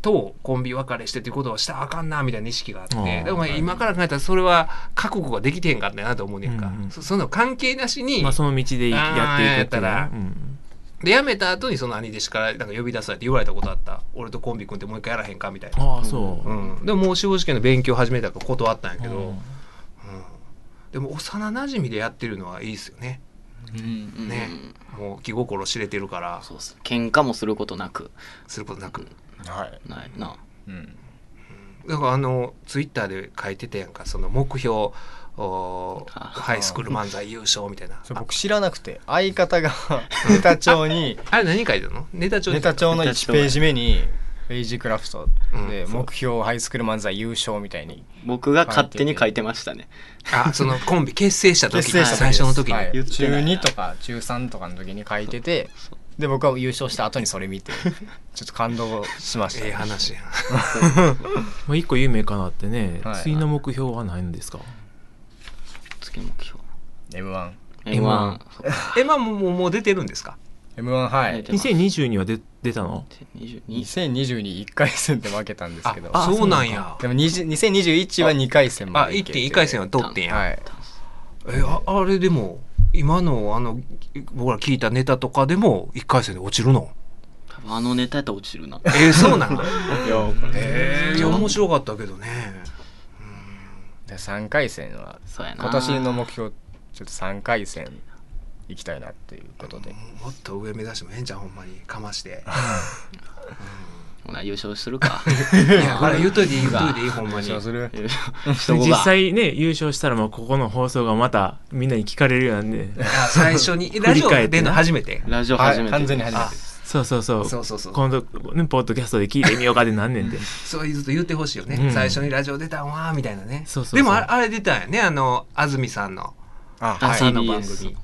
S3: とコンビ別れしてっていうことはしたらあかんなみたいな意識があって
S4: あー
S3: でもまあ今から考えたらそれは覚悟ができてへんかったなと思うねんか、
S4: うんうん
S3: そその関係なしに、
S4: まあ、その道でやっていくっていうね
S3: あーやったら
S4: うん
S3: で辞めた後にその兄弟子からなんか呼び出されて言われたことあった俺とコンビ組んでもう一回やらへんかみたいな
S4: ああそう、
S3: うん、でももう司法試験の勉強始めたから断ったんやけど、
S4: う
S3: うん
S4: ん
S3: でも幼なじみでやってるのはいいですよね
S6: うん
S3: ねもう気心知れてるから
S6: そうっす喧嘩もすることなく
S3: することなく
S7: はい
S6: ないな
S7: うん
S3: だからあのツイッターで書いてたやんかその目標お
S6: あ
S3: ハイスクール漫才優勝みたいな
S7: それ
S3: あ
S7: 僕知らなくて相方 がネタ帳に
S3: あれ何書いてたのネタ帳に
S7: ネタ帳の
S6: ネタ帳
S7: 1
S6: や
S7: ページ目にエイジークラフトで
S3: うんそう
S7: 目標ハイスクール漫才優勝みたいに
S6: 僕が勝手に書いてましたね
S3: あそのコンビ結成した時
S7: 結成した時
S3: 最初の時に、
S7: はい
S6: 言って
S7: 中
S6: ないな
S7: 2とか中3とかの時に書いててで僕は優勝した後にそれ見てちょっと感動しました
S3: ええ話やん
S4: まあ、一個夢かなってね、
S7: はい
S4: 次の目標はないんですか
S6: 次の目標
S7: m 1
S6: M1
S3: えまあもうもう出てるんですか
S7: m 1はい
S6: 出てます
S4: 2020には出出たの
S6: 2022
S7: 2022 1回戦で負けたんですけど
S3: あそうなんや
S7: でも20 2021は2回戦ま
S3: あ
S7: でいけて
S3: 1.1回戦は通ってんや、
S7: はい
S3: えああれでも今のあの僕ら聞いたネタとかでも1回戦で落ちるの
S6: 多分あのネタやったら落ちるな
S3: えー、そ うなん
S7: で
S3: えー、いや面白かったけどね
S7: 3回戦は
S6: そうやな
S7: 今年の目標ちょっと3回戦行きたいなっていうことで
S3: もっと上目指してもええんじゃんほんまにかま して
S6: ほな優勝するか
S3: いやこれ言うといていい言うといていいほんまに
S7: 優勝する
S6: 優勝しとこう
S4: 実
S6: か
S4: 際ね優勝したらまあここの放送がまたみんなに聞かれるような んで
S3: あ最初にラジオ出んの初めて
S6: ラジオ
S7: はい
S6: 初めて
S7: 完全に初めて
S3: あ
S7: です
S4: そうそうそう
S3: そうそうそう
S4: 今度、ね、ポッドキャストで聞いてみようかでなんね んで
S3: そうずっと言ってほしいよね、
S4: うん
S3: 最初にラジオ出たんわーみたいなね
S4: そうそうそう
S3: でもあれあれ出たんやねあの安住さんの
S7: あ
S6: あ
S7: はい
S3: 朝の番
S6: TBS
S3: 組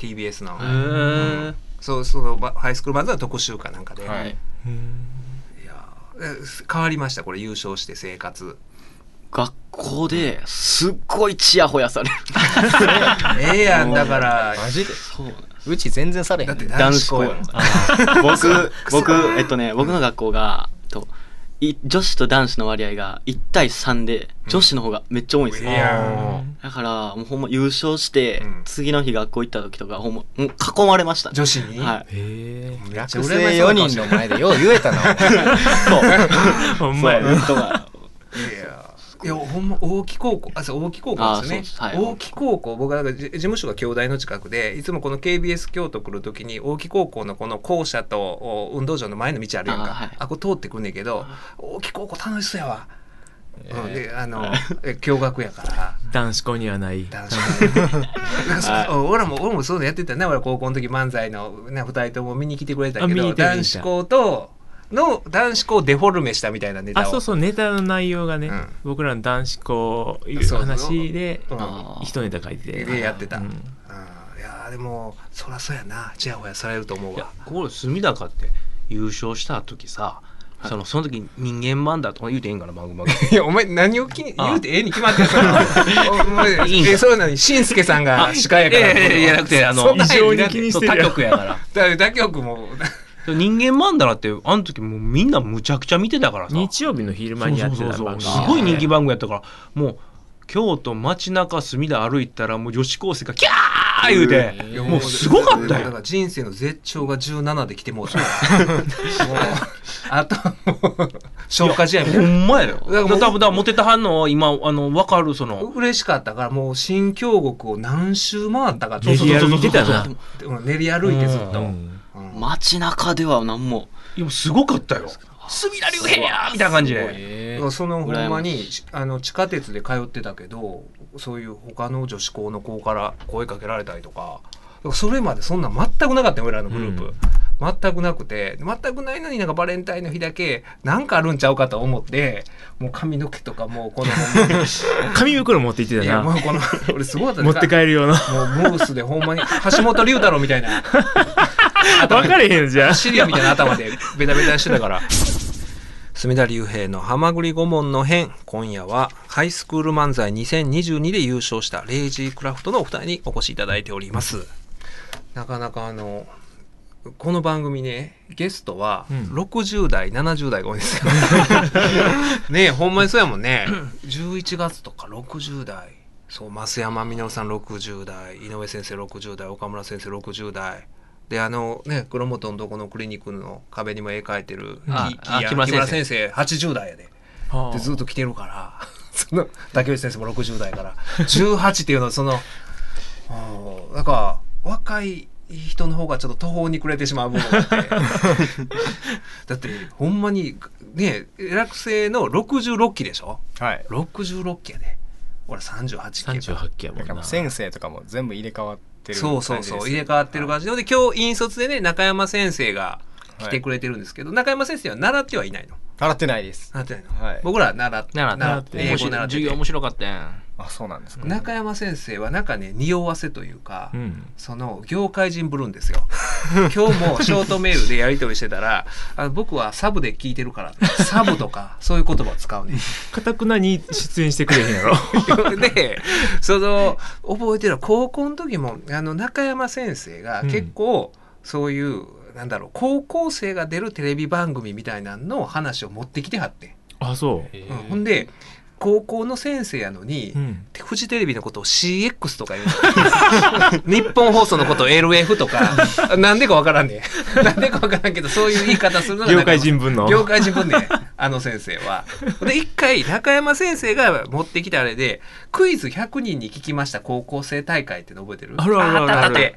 S3: TBS の、
S9: へえ
S3: そうそのばハイスクール漫才の特集かなんかで、
S7: はい
S3: え変わりましたこれ優勝して生活
S6: 学校ですっごいチヤホヤされる
S3: ええやんだから
S7: マジで
S6: そうなんです
S7: うち全然されへ
S3: だって
S7: ん
S3: 男子校やもん
S6: 僕僕えっとね僕の学校がとい女子と男子の割合が1対3で女子の方がめっちゃ多いんですよ、
S3: ええやん
S6: だからもうほんま優勝して、
S3: うん
S6: 次の日学校行った時とかほんまもう囲まれましたね
S3: 女子に、
S6: はい
S4: へえ
S3: めっちゃ
S7: 学
S3: 羨まし
S7: 生
S3: そ
S7: 4人
S3: うな顔してる
S7: の前でよう言えたなお前
S4: ほんまや
S6: と
S3: い
S6: か
S3: やいやほんま大木高校あそう大木高校ですよね
S6: あそうですはい
S3: 大木高校僕はなんかじ事務所が京大の近くでいつもこの KBS 京都来る時に大木高校のこの校舎とお運動場の前の道あるやんかあ,、
S6: あはい
S3: これ通ってくんねんけど大木高校楽しそうやわ、うん、であのえ共学やから。
S4: 男子校にはない。
S3: 楽しかった。俺も俺もそういうのやってたね。俺高校の時漫才のね二人とも見に来てくれたけ
S4: あ見に
S3: ど、
S4: 来て見に
S3: 男
S4: 来た
S3: 子校との男子校をデフォルメしたみたいなネタを。
S4: あ、そうそう、ネタの内容がね、
S3: うん
S4: 僕らの男子校いう
S3: そう
S4: 話で、
S3: うん
S6: あー
S4: 一ネタ書いてて。
S3: でやってた。
S4: う
S3: うん
S4: ん
S3: いやーでもそらそうやな。ちやほやされると思う
S9: いや
S3: わ。
S9: これ隅田かって優勝した時さそのその時人間マンだとか言うていいんかな番組番組
S3: いやお前何を気に言うてええに決まってる
S9: いいんか
S3: えそうなのにしんすけさんが司会やから。
S9: いやいやいやなくてあの
S3: そんな
S9: 異
S3: 変
S9: 常
S3: に
S9: に
S3: 気
S9: 気
S3: に
S9: に
S3: し
S9: しててる
S3: るや
S9: 他
S3: ん
S9: 局やから
S3: だだ局も
S9: 人間マンダラってあの時もうみんなむちゃくちゃ見てたからさ
S4: 日曜日の昼間にやってた
S9: そうそうそう
S4: 番組
S9: そうすごい人気番組やったからもう京都街中隅田歩いたらもう女子高生がキャー言うて、もうすごかった
S3: だか
S9: よ
S3: ら人生の絶頂が17で来てもうた。もうあともう消化試合みた
S9: ほ
S3: いな。
S9: んまやよだ
S3: からもう
S9: から多分だからモテた反応は今あの分かるその
S3: 嬉しかったからもう新京極を何周回ったか
S4: 練り歩いてたな。
S3: うん練り歩いてずっと、
S4: うん
S3: うん
S6: 街中では何も
S9: いやすごかったよ隅田竜兵やみたいな感じで
S3: だからそのほんま
S6: 羨
S3: に
S6: ま
S3: あの地下鉄で通ってたけどそういう他の女子校の子から声かけられたりとかだからそれまでそんなん全くなかったよ俺らのグループ、
S4: うん
S3: 全くなくて全くないのになんかバレンタインの日だけなんかあるんちゃうかと思ってもう髪の毛とかもうこの
S4: 紙袋持って行
S3: い
S4: って
S3: や
S4: た
S3: も
S4: な。
S3: うこの俺すごかった
S4: 持って帰るよ うな。
S3: もうムースでほんまに橋本龍太郎みたいな
S4: 分かれへんじゃん。
S3: シリアみたいな頭でベタベタしてたから隅田竜平の「はまぐり顧問の編」今夜はハイスクール漫才2022で優勝したレイジークラフトのお二人にお越しいただいておりますなかなかあのこの番組ねゲストは
S4: うん
S3: 60代、70代が多い ですよねえほんまにそうやもんね11月とか60代そう増山稔さん60代井上先生60代岡村先生60代であのね黒本のどこのクリニックの壁にも絵描いてる
S9: あ
S3: きき
S9: あ
S3: や
S9: 木村先生
S3: 木村先生80代やででずっと来てるから その竹内先生も60代から18っていうのはそのうんなんか若い人の方がちょっと途方に暮れてしまう部分があって だってほんまにねえ落成の66期でしょ
S7: はい
S3: 66期やで俺38期やから
S4: 38期やも
S7: だ
S4: ん
S7: からも
S4: な
S7: う。先生とかも全部入れ替わってる
S3: そうそうそう入れ替わってる感じで、で今日引率でね中山先生が来てくれてるんですけど、中山先生は習ってはいないの
S7: 払ってないです
S3: 習ってないの、
S7: はい
S3: 僕らは習って
S9: 習って
S3: 英
S9: 面
S3: 語習
S9: 白
S3: っ
S9: い
S3: て
S9: 授業面白かったやん
S7: あそうなんですか
S3: 中山先生はなんかね匂わせというか、
S4: うん。
S3: その業界人ぶるんですよ 今日もショートメールでやり取りしてたらあの僕はサブで聞いてるからサブとかそういう言葉を使うね
S4: かたくなに出演してくれへんやろ。
S3: でその覚えてるのは高校の時もあの中山先生が結構そういう、なんだろう高校生が出るテレビ番組みたいなのの話を持ってきてはって、
S4: あ、そう。
S3: うんほんで高校の先生やのに、
S4: うん。
S3: フジテレビのことを CX とか言う の日本放送のことを LF とかなんでかわからんねなんでかわからんけどそういう言い方するのが
S4: 業界人文の。
S3: 業界人分ね あの先生は。で一回中山先生が持ってきたあれで「クイズ100人に聞きました高校生大会」っての覚えてる
S4: あるあるある
S3: だって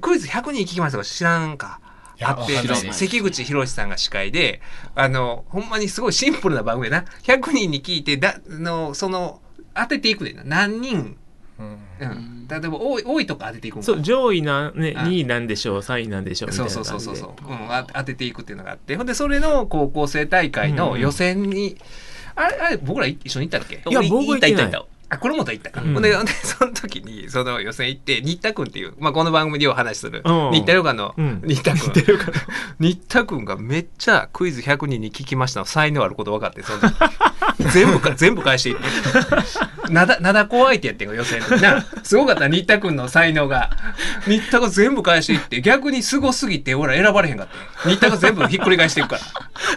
S3: クイズ100人に聞きましたか知らんか。あって
S7: わかんないです
S3: 関口宏さんが司会であのほんまにすごいシンプルな番組やな100人に聞いてだのその当てていくでな何人、
S7: うん
S3: うん、例えば多い多いとか当てていくんか
S4: そう、上位な、ね、
S3: あ
S4: 2位なんでしょう、3位なんでしょう、みたい
S3: そう
S4: な
S3: そ
S4: 感
S3: う
S4: じ
S3: そ
S4: で。
S3: うそうそう、うん、あ当てていくっていうのがあってほんでそれの高校生大会の予選に、あれあれ僕ら一緒に行ったっけ
S4: いや僕は行ってない
S9: 行った行った行っ
S3: あこれもと行ったか、
S4: うん
S3: ほんでほんでその時にその予選行って新田君っていう、まあ、この番組でお話しする、
S4: うん
S3: 新田旅館の
S4: うん
S3: 新田君、新田君がめっちゃ「クイズ100人に聞きました」の才能あること分かってその時全部か全部返していってなだなだこ相手やってんか予選のなすごかった新田君の才能が新田が全部返していって逆にすごすぎて俺ら選ばれへんかった新田が全部ひっくり返していくか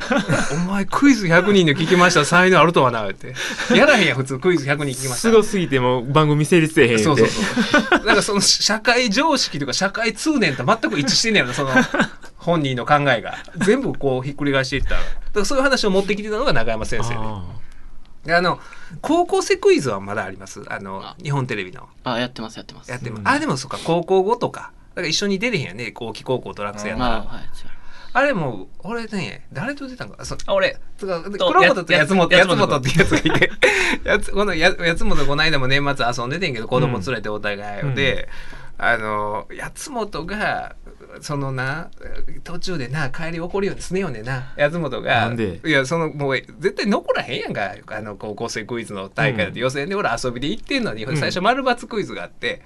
S3: ら「お前クイズ100人の聞きました才能あるとはな」ってやらへんやん普通クイズ100人聞きました
S4: すごすぎてもう番組成立せえへんって。
S3: そうそうそう。なんかその社会常識とか社会通念と全く一致してんねやろな、その本人の考えが。全部こうひっくり返していったら。だからそういう話を持ってきてたのが中山先生で。
S4: あ
S3: であの高校生クイズはまだありますあの日本テレビの
S6: あ、やってます、やってます
S3: やっ。ても、あでもそっか高校後とかだから一緒に出れへんやね後期高校と落選やから、
S6: まあ、はい、違う
S3: あれもう俺ね誰と出たんかそ
S9: あ俺
S3: つか黒本と
S9: や
S3: やつもとや
S9: や
S3: つもとってやつがいてやつこのややつもとこの間も年末遊んでてんけど子供連れてお互いをで、あのやつもとがそのな途中でな帰り怒るようにすねよねなやつもとが
S4: なんで
S3: いやそのもう絶対残らへんやんかあの高校生クイズの大会だって予選で俺遊びで行ってんのに、最初丸×クイズがあって。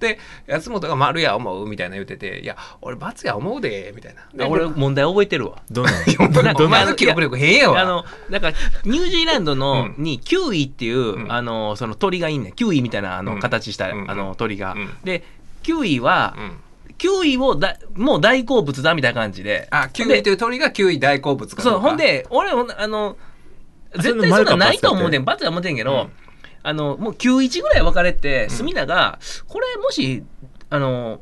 S3: で安本が「丸や思う」みたいな言ってて「いや俺×や思うで」みたいなで
S5: あ俺問題覚えてるわ
S4: どんな
S3: お前の記憶力変やわ。
S5: あのなんかニュージーランドの
S3: うん
S5: にキウイっていう、
S3: うん
S5: あのその鳥がいんねんキウイみたいなあ
S3: う
S5: の
S3: ん
S5: 形した、
S3: うん
S5: あの鳥が、
S3: うん
S5: でキウイは、
S3: うん
S5: キウイをだもう大好物だみたいな感じで
S3: あ、キウイという鳥がキウイ大好物かど
S5: そ
S3: か
S5: うほん、で俺ほんあの絶
S4: それの
S5: 対そん
S4: 丸か
S5: なんないと思う
S4: バツ
S5: ね
S4: や
S5: んバツは思ってんけど、
S3: うん
S5: あのもう91ぐらい分かれて隅田が、これもしあの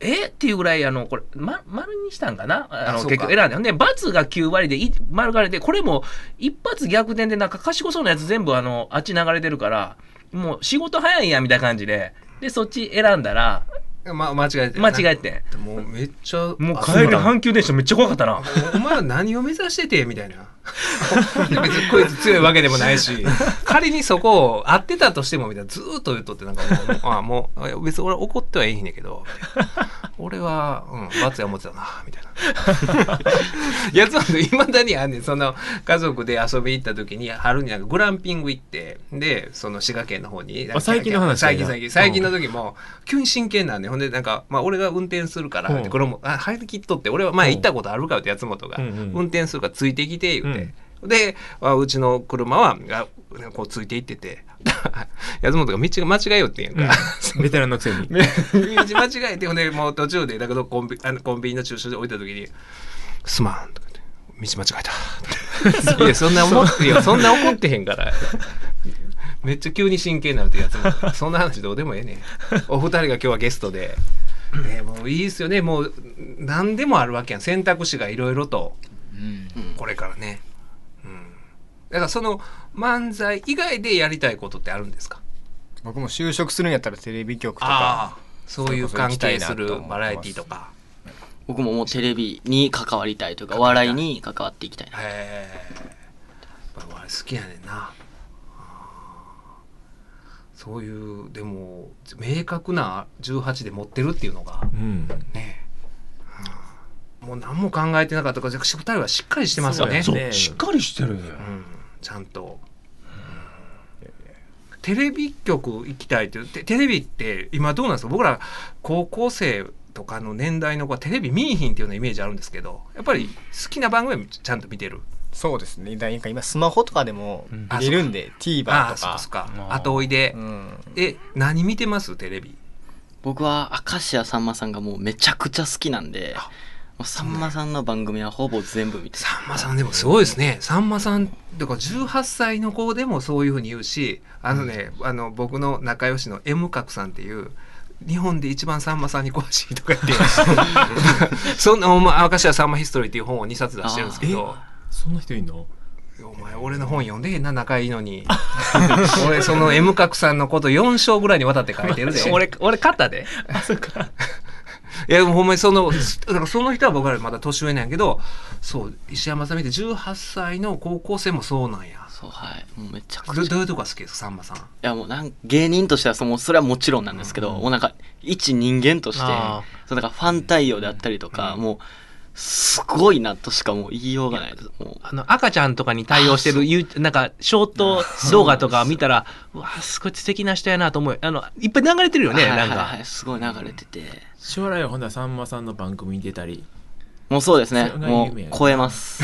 S5: えっていうぐらいあのこれ、ま、丸にしたんかなあ
S3: あ
S5: の
S3: そう
S5: 結
S3: か
S5: 局選んでほんで×が9割でい丸がれてこれも一発逆転でなんか賢そうなやつ全部あのあっち流れてるからもう仕事早いやんみたいな感じででそっち選んだら
S3: ま、間違えてる
S5: 間
S3: な
S5: 違えて
S3: もうめっちゃ、
S5: もう帰り阪急電車めっちゃ怖かったな。
S3: お前は何を目指しててみ たいな。別にクイズ強いわけでもないし、仮にそこを合ってたとしても、みたいな、ずーっと言っとって、なんかもう、あもう、別に俺は怒ってはいいんだけど、みたいな俺は、うん、罰や思ってたな、みたいな。 やつはいまだにあんねんその家族で遊び行った時に春になんかグランピング行ってでその滋賀県の方に
S4: あ最近の話
S3: 最近最近最近
S4: う
S3: の
S4: ん
S3: 時も急に真剣なんでほんでなんか、まあ、俺が運転するから、
S4: うん
S3: でこれも「あ張り切っとって俺は前行ったことあるから」ってやつもとが、
S4: うんうん
S3: 運転するからついてきて言うて、であうちの車はあこうついて行ってて やつもとが道が間違えよってんやんか、
S4: ベテランのくせ に。
S3: 道間違えてほんでもう途中でだけどコンビあのコンビニの駐車場で降りた時に「すまん」とか言って「道間違え た」いやそんな思っていやそんな怒ってへんから」めっちゃ急に真剣になるってやつもそんな話どうでもええねんお二人が今日はゲストで。ね、もういいですよねもう何でもあるわけやん選択肢がいろいろと、これからね、うん、だからその漫才以外でやりたいことってあるんですか
S7: 僕も就職するんやったらテレビ局と
S3: あ
S7: か
S3: あそういう関係するバラエティーとか
S6: 僕ももうテレビに関わりたいというか、お笑いに関わっていきたいな。
S3: へえやっぱ俺好きやねんなそういうでも明確な18で持ってるっていうのが
S4: うん。
S3: ね、うんもう何も考えてなかったから2人はしっかりしてますよね
S4: そう
S3: う、
S4: ね
S9: しっかりしてるよ
S3: ん、ちゃんと、テレビ局行きたいっててテレビって今どうなんですか僕ら高校生とかの年代の子はテレビ見いひんっていうようなイメージあるんですけどやっぱり好きな番組はちゃんと見てる
S7: そうですねだから今今スマホとかでも見れるんで、
S3: あ
S7: TVer
S3: あ
S7: と
S3: そっか
S7: か
S3: そっか後追いで、
S7: うん
S3: え何見てますテレビ
S6: 僕は、明石家さんまさんがもうめちゃくちゃ好きなんで、もうさんまさんの番組はほぼ全部見てる。
S3: さんまさんでもすごいですねさんまさんとか18歳の子でもそういうふうに言うしあのね、あの僕の仲良しの M 角さんっていう日本で一番さんまさんに詳しいとか言って そんなお前明石家さんまヒストリーっていう本を2冊出してるんですけど
S4: そんな人いんの
S3: お前俺の本読んでへんな仲いいのに俺その M 角さんのこと4章ぐらいにわたって書いてるで
S5: 俺俺勝ったで
S3: いや、でもほんまにその、だからその人は僕らよりまだ年上なんやけど、そう、石山さん見て18歳の高校生もそうなんや。
S6: そう、はい。もうめちゃくちゃ
S3: どどういうとこが好きですか、さんまさん。
S6: いやもうなん芸人としてはそのそれはもちろんなんですけど、もうなんか一人間として
S5: あ
S6: そうなんかファン対応であったりとか、もうすごいなとしかもう言いようがないですも
S5: あの赤ちゃんとかに対応してるゆなんかショート動画とか見たらうわすごい素敵な人やなと思うあのいっぱい流れてる
S6: う
S5: よね
S6: はいは
S5: ないん
S6: はい
S5: か
S6: すごい流れてて、
S4: 将来はほんならさんまさんの番組に出たり。
S6: もうそうですね
S4: それが
S6: もう
S4: 夢やな
S6: 超えます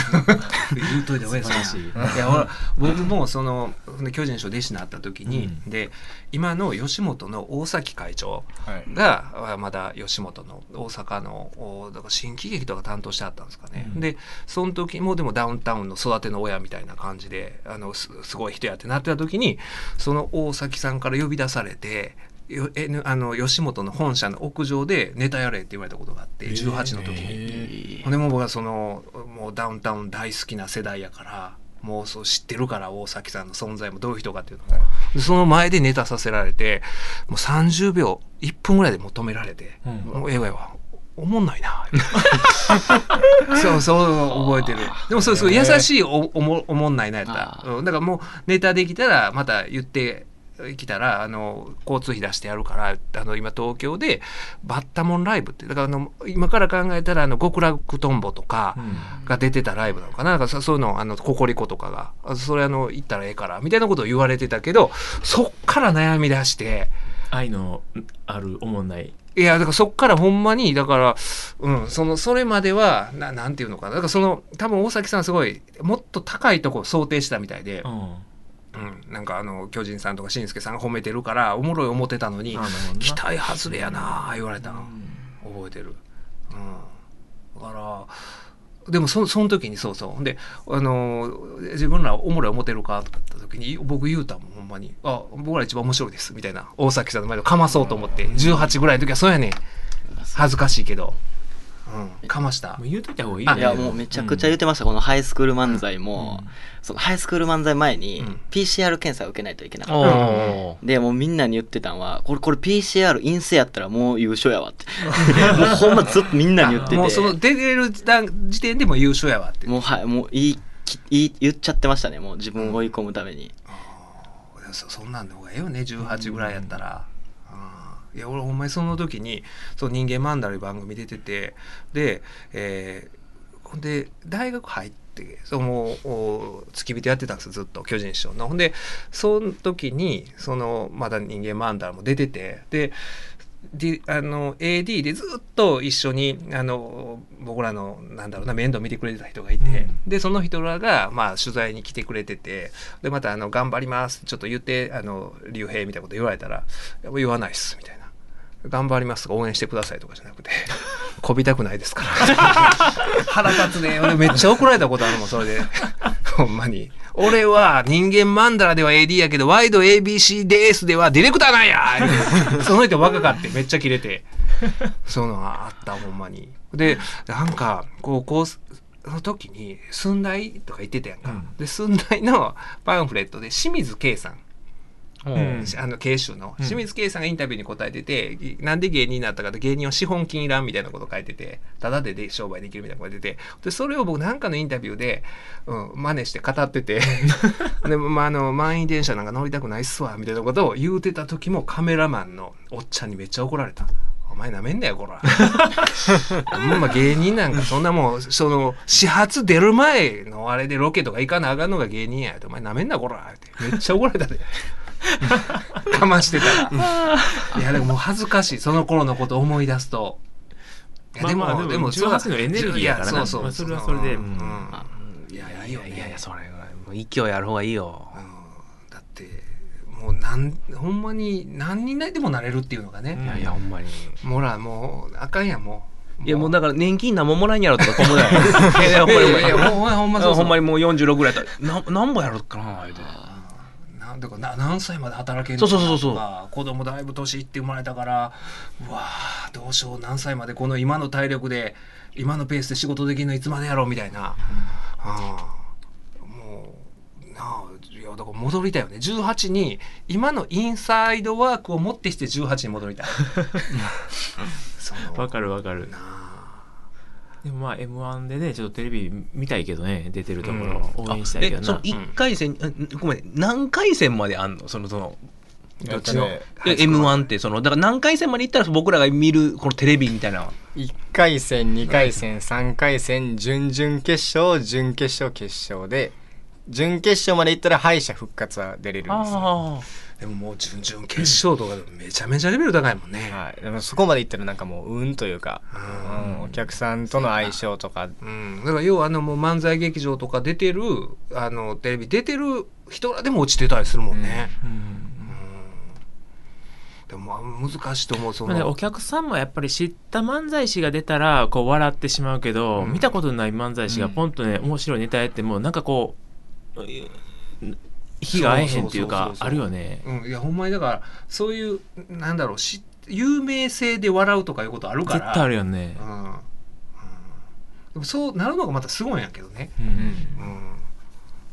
S3: 言うといた方がいいですね
S4: 素晴
S3: いや俺僕もその巨人の師匠弟子になった時に、で今の吉本の大崎会長が、あまだ吉本の大阪のおだから新喜劇とか担当してあったんですかね、でその時もでもダウンタウンの育ての親みたいな感じであのすすごい人やってなってた時にその大崎さんから呼び出されて。よえあの吉本の本社の屋上でネタやれって言われたことがあって18の時に、ほんでもう僕はそのもうダウンタウン大好きな世代やからもうそう知ってるから大崎さんの存在もどういう人かっていうのを、でその前でネタさせられてもう30秒1分ぐらいで求められて「もうええわええわおもんない な」そうそう覚えてるでもそうそう優しいおおもおもんないなやった
S6: あ、
S3: うん、だからもうネタできたらまた言って来たらあの交通費出してやるからあの今東京でバッタモンライブってだからあの今から考えたらあの極楽とんぼとかが出てたライブなのかな,、なんかそそういうのあのココリコとかがあそれあの行ったらええからみたいなことを言われてたけどそっから悩み出して。
S4: 愛のあるおもんない
S3: いや、だからそっからほんまに、だから、うん、その、それまでは、ななんていうのかな。だからその、多分大崎さんすごい、もっと高いとこ想定してたみたいで
S4: う、ん
S3: うん、なんかあの、巨人さんとかしんすけさんが褒めてるから、おもろい思ってたのに
S4: なる、ほどな
S3: 期待外れやなあ言われたの、覚えてる。うん。だから、でもそ、その時にそうそう。ほんで、あのー自分らおもろい思ってるかとか言った時に、僕言うたもん、ほんまに。あ、僕ら一番面白いです、みたいな。大崎さんの前でかまそうと思って、18ぐらいの時はそうやねん。恥ずかしいけど。うん。かました
S4: もう。言うといた方がいいよ
S3: あ
S6: いやもうめちゃくちゃ
S4: うん
S6: 言ってました、このハイスクール漫才も、そのハイスクール漫才前に
S3: うん
S6: PCR 検査を受けないといけなか
S5: お
S6: った、
S5: ー
S6: でもうみんなに言ってたんはこれこれ PCR 陰性やったらもう優勝やわって もうほんまずっとみんなに言ってて
S3: もうその出れる時段時点でもう優勝やわって。
S6: もうはいもう言いき言い言っちゃってましたねもう自分を追い込むために、
S3: そそんなんの方がええよね18ぐらいやったら、うんいや俺ほんまにその時に「その人間マンダル」番組出ててで、えーほんで大学入ってそのお付き人やってたんですよずっと巨人師匠のほんでその時にそのまだ人間マンダルも出ててでであの AD でずっと一緒にあの僕らのなんだろうな面倒見てくれてた人がいて、でその人らが、まあ、取材に来てくれててでまたあの「頑張ります」ちょっと言ってあの竜兵みたいなこと言われたら「いやもう言わないっす」みたいな「頑張ります」とか応援してくださいとかじゃなくて「こびたくないですから」腹立つね俺めっちゃ怒られたことあるもんそれでほんまに。俺は人間マンダラでは AD やけど、ワイド ABC ですではディレクターなんやその人若かってめっちゃキレて。そういうのがあったほんまに。でなんかこうこうその時に寸大とか言ってたやんか、で寸大のパンフレットで清水圭さん
S4: うん
S3: あの慶州の清水圭さんがインタビューに答えてて、ぎなんで芸人になったかって芸人は資本金いらんみたいなこと書いててただでで商売できるみたいなこと書いててでそれを僕なんかのインタビューで、うん、真似して語って てで、まあ、あの満員電車なんか乗りたくないっすわみたいなことを言うてた時もカメラマンのおっちゃんにめっちゃ怒られた。お前なめんなよ、こ ら。ほんま芸人なんかそんなもう、その、始発出る前のあれでロケとか行かなあかんのが芸人や。お前なめんな、こら。ってめっちゃ怒られたで。かましてたら。いや、でももう恥ずかしい。その頃のこと思い出すと。いや
S4: まあまあでも
S3: そうだ
S4: 18のエネルギーやからない
S3: そう
S4: ま
S3: そう。
S4: あそれはそれで
S3: う
S4: うん
S3: んいや、いやいいよね。
S5: いやいやそれはもう勢いある方がいいよ
S3: うんだって、もうなん、ほんまに何人でもなれるっていうのがね。
S5: いやいやほんまに
S3: もうら、もう、あかんやん、もう。
S5: いやもうだから年金何ももらえんやろとか思うないいやほんまに
S3: いやいやいやほんまほんまそうそう
S5: ほんまにもう46ぐらいやったらな何ぼやろっかな言うて
S3: なんだかな何歳まで働ける
S5: そうそうそうそう
S3: とか子供だいぶ年いって生まれたからうわーどうしよう何歳までこの今の体力で今のペースで仕事できるのいつまでやろうみたいな、うんもうなあいやだから戻りたいよね18に今のインサイドワークを持ってきて18に 戻りたいその
S4: わかるわかる
S3: なあ
S4: でもまあ m 1でねちょっとテレビ見たいけどね出てるところ、
S3: う
S4: 応援したいけ
S5: え
S4: ど
S5: その
S4: な
S5: 1回戦、うんごめん何回戦まであんのそのその
S3: どっちの、
S7: えっ
S3: ハイスクール
S5: m 1ってそのだから何回戦までいったら僕らが見るこのテレビみたいな
S7: 1回戦2回戦3回戦準々決勝準決勝決勝で準決勝まで行ったら敗者復活は出れるんですね、
S5: あ
S3: でももう準々決勝とかでもめちゃめちゃレベル高いもんね、
S7: はい、でもそこまで行ったらなんかもう運というか、うんお客さんとの相性とか
S3: うん、だから要はあのもう漫才劇場とか出てるあのテレビ出てる人らでも落ちてたりするもんね、でもあ難しいと思うそ
S4: まあね、
S3: の、
S4: お客さんもやっぱり知った漫才師が出たらこう笑ってしまうけど、見たことない漫才師がポンとね、面白いネタやってもなんかこううん火が合えへんっていう
S3: そ
S4: か
S3: うそうそうそう
S4: あるよね
S3: うん、いやほんまにだからそういうなんだろうし有名性で笑うとかいうことあるか
S4: 絶
S3: ら
S4: 対あるよね
S3: う、んうん、でもそうなるのがまたすごいんやけどね、
S4: うん
S3: うん、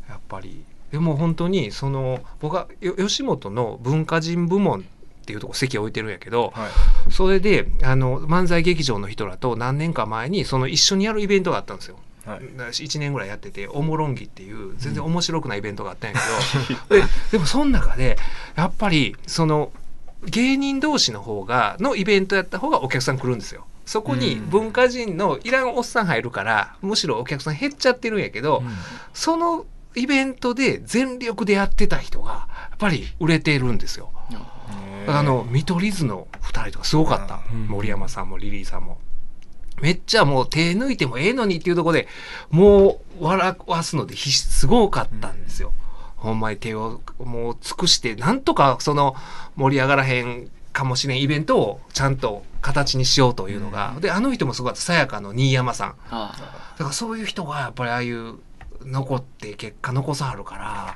S3: やっぱりでも本当にその僕はよ吉本の文化人部門っていうとこ席を置いてるんやけど、
S7: はい
S3: それであの漫才劇場の人らと何年か前にその一緒にやるイベントがあったんですよ。
S7: はい
S3: 1年ぐらいやってて「おもろんぎ」っていう全然面白くないイベントがあったんやけど、ででもその中でやっぱりその芸人同士の方がのイベントやった方がお客さん来るんですよ。そこに文化人のいらんおっさん入るからむしろお客さん減っちゃってるんやけど、そのイベントで全力でやってた人がやっぱり売れてるんですよ。あの見取り図の2人とかすごかった、森山さんもリリーさんも。めっちゃもう手抜いてもええのにっていうところでもう笑わすので必死すごかったんですよ。ほんまに手をもう尽くしてなんとかその盛り上がらへんかもしれんイベントをちゃんと形にしようというのが、であの人もすごかったさやかの新山さん
S6: あ
S3: だからそういう人がやっぱりああいう残って結果残さはるから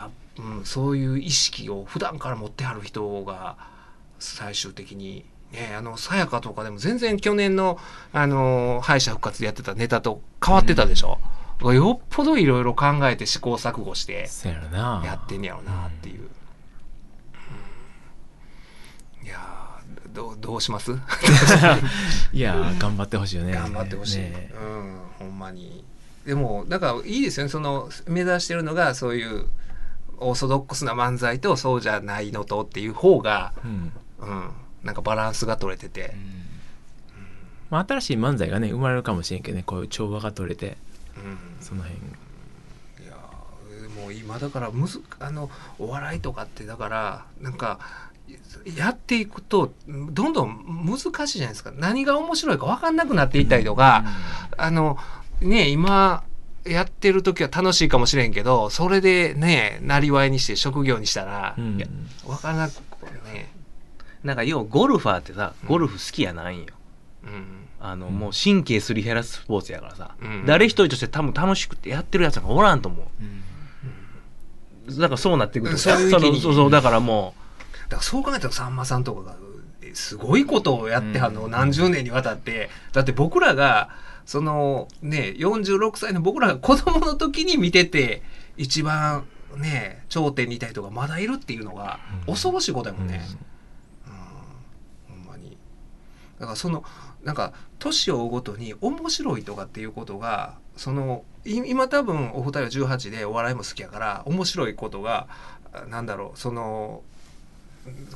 S3: やっ、うん、そういう意識を普段から持ってはる人が最終的に。ね、あのさやかとかでも全然去年の、あの敗者復活でやってたネタと変わってたでしょ、よっぽどいろいろ考えて試行錯誤して
S4: そうやろな
S3: やってんねやろなっていう、うんいやーどうどうします
S4: いやー頑張ってほしいよね
S3: 頑張ってほしい、
S4: ね
S3: うんほんまにでもだからいいですよねその目指してるのがそういうオーソドックスな漫才とそうじゃないのとっていう方が、
S4: うん
S3: うん、なんかバランスが取れてて、
S4: まあ、新しい漫才がね生まれるかもしれんけどねこういう調和が取れて
S3: うん
S4: その辺
S3: いやーもう今だからむずあのお笑いとかってだからなんかやっていくとどんどん難しいじゃないですか何が面白いか分かんなくなっていったりとか、あのね今やってる時は楽しいかもしれんけどそれでねなりわいにして職業にしたら、
S4: うん
S3: いや分からなくね、
S5: なんか要はゴルファーってさゴルフ好きやないんよ、
S3: うん、
S5: あのもう神経すり減らすスポーツやからさ、
S3: うん
S5: 誰一人として多分楽しくてやってるやつがおらんと思う、だからそうなってくる
S3: うんそういう域に
S5: そうそうだからも
S3: だからそう考えたらさんまさんとかがえすごいことをやってはんの、何十年にわたってだって僕らがそのね46歳の僕らが子供の時に見てて一番ね頂点にいた人がまだいるっていうのが恐ろしいことやもんね。うんほんまにだからそのなんか年を追うごとに面白いとかっていうことがそのい今多分お二人は18でお笑いも好きやから面白いことがあなんだろうその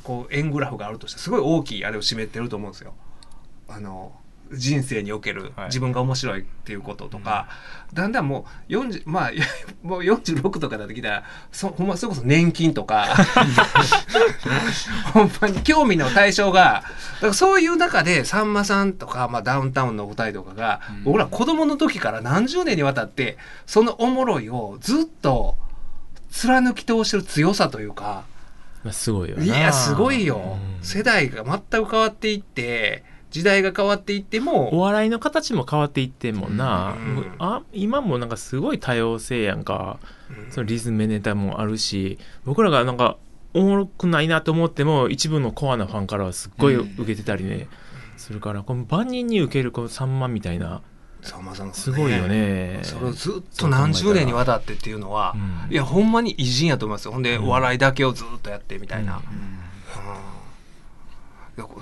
S3: こう円グラフがあるとしてすごい大きいあれを占めてると思うんですよ。あの人生における
S7: い
S3: 自分が面白いっていうこととか、だんだんもう40まあ もう46とかなってきたらそほんまそれこそ年金と かほんまに興味の対象がだからそういう中でさんまさんとか、まあ、ダウンタウンのお二人とかが、僕ら子供の時から何十年にわたってそのおもろいをずっと貫き通してる強さというか。
S4: まあ、すごいよない
S3: やすごいよ、
S4: うん
S3: 世代が全く変わっていって時代が変わっていって
S4: お
S3: も
S4: 笑いの形も変わっていってんもんな、
S3: うん
S4: あ今もなんかすごい多様性やんか、そのリズムネタもあるし僕らがなんかおもろくないなと思っても一部のコアなファンからはすっごい受けてたりね、するからこの万人に受けるこの3万みたいな
S3: さんまさんがね
S4: すごいよね
S3: それをずっと何十年にわたってっていうのは、いやほんまに偉人やと思いますよほんで、お笑いだけをずっとやってみたいな、うんいやこい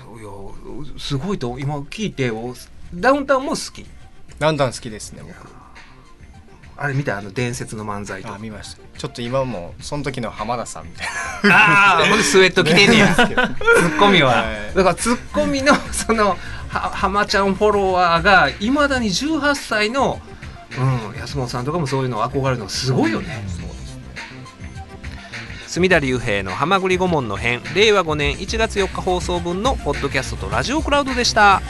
S3: やすごいと今聞いておダウンタウンも好き
S7: だんだん好きですね僕
S3: あれ見たあの伝説の漫才と
S7: あ
S3: か
S7: 見ましたちょっと今もうその時の浜田さんみたい
S3: ああほんでスウェット着てんね や
S7: なですけど
S3: ツッコミは、
S7: はい
S3: だからツッコミのそのは浜ちゃんフォロワーがいまだに18歳の、うん、安本さんとかもそういうの憧れるのすごいよね。
S5: う隅田隆平の「はまぐり顧問の編」令和5年1月4日放送分のポッドキャストとラジオクラウドでした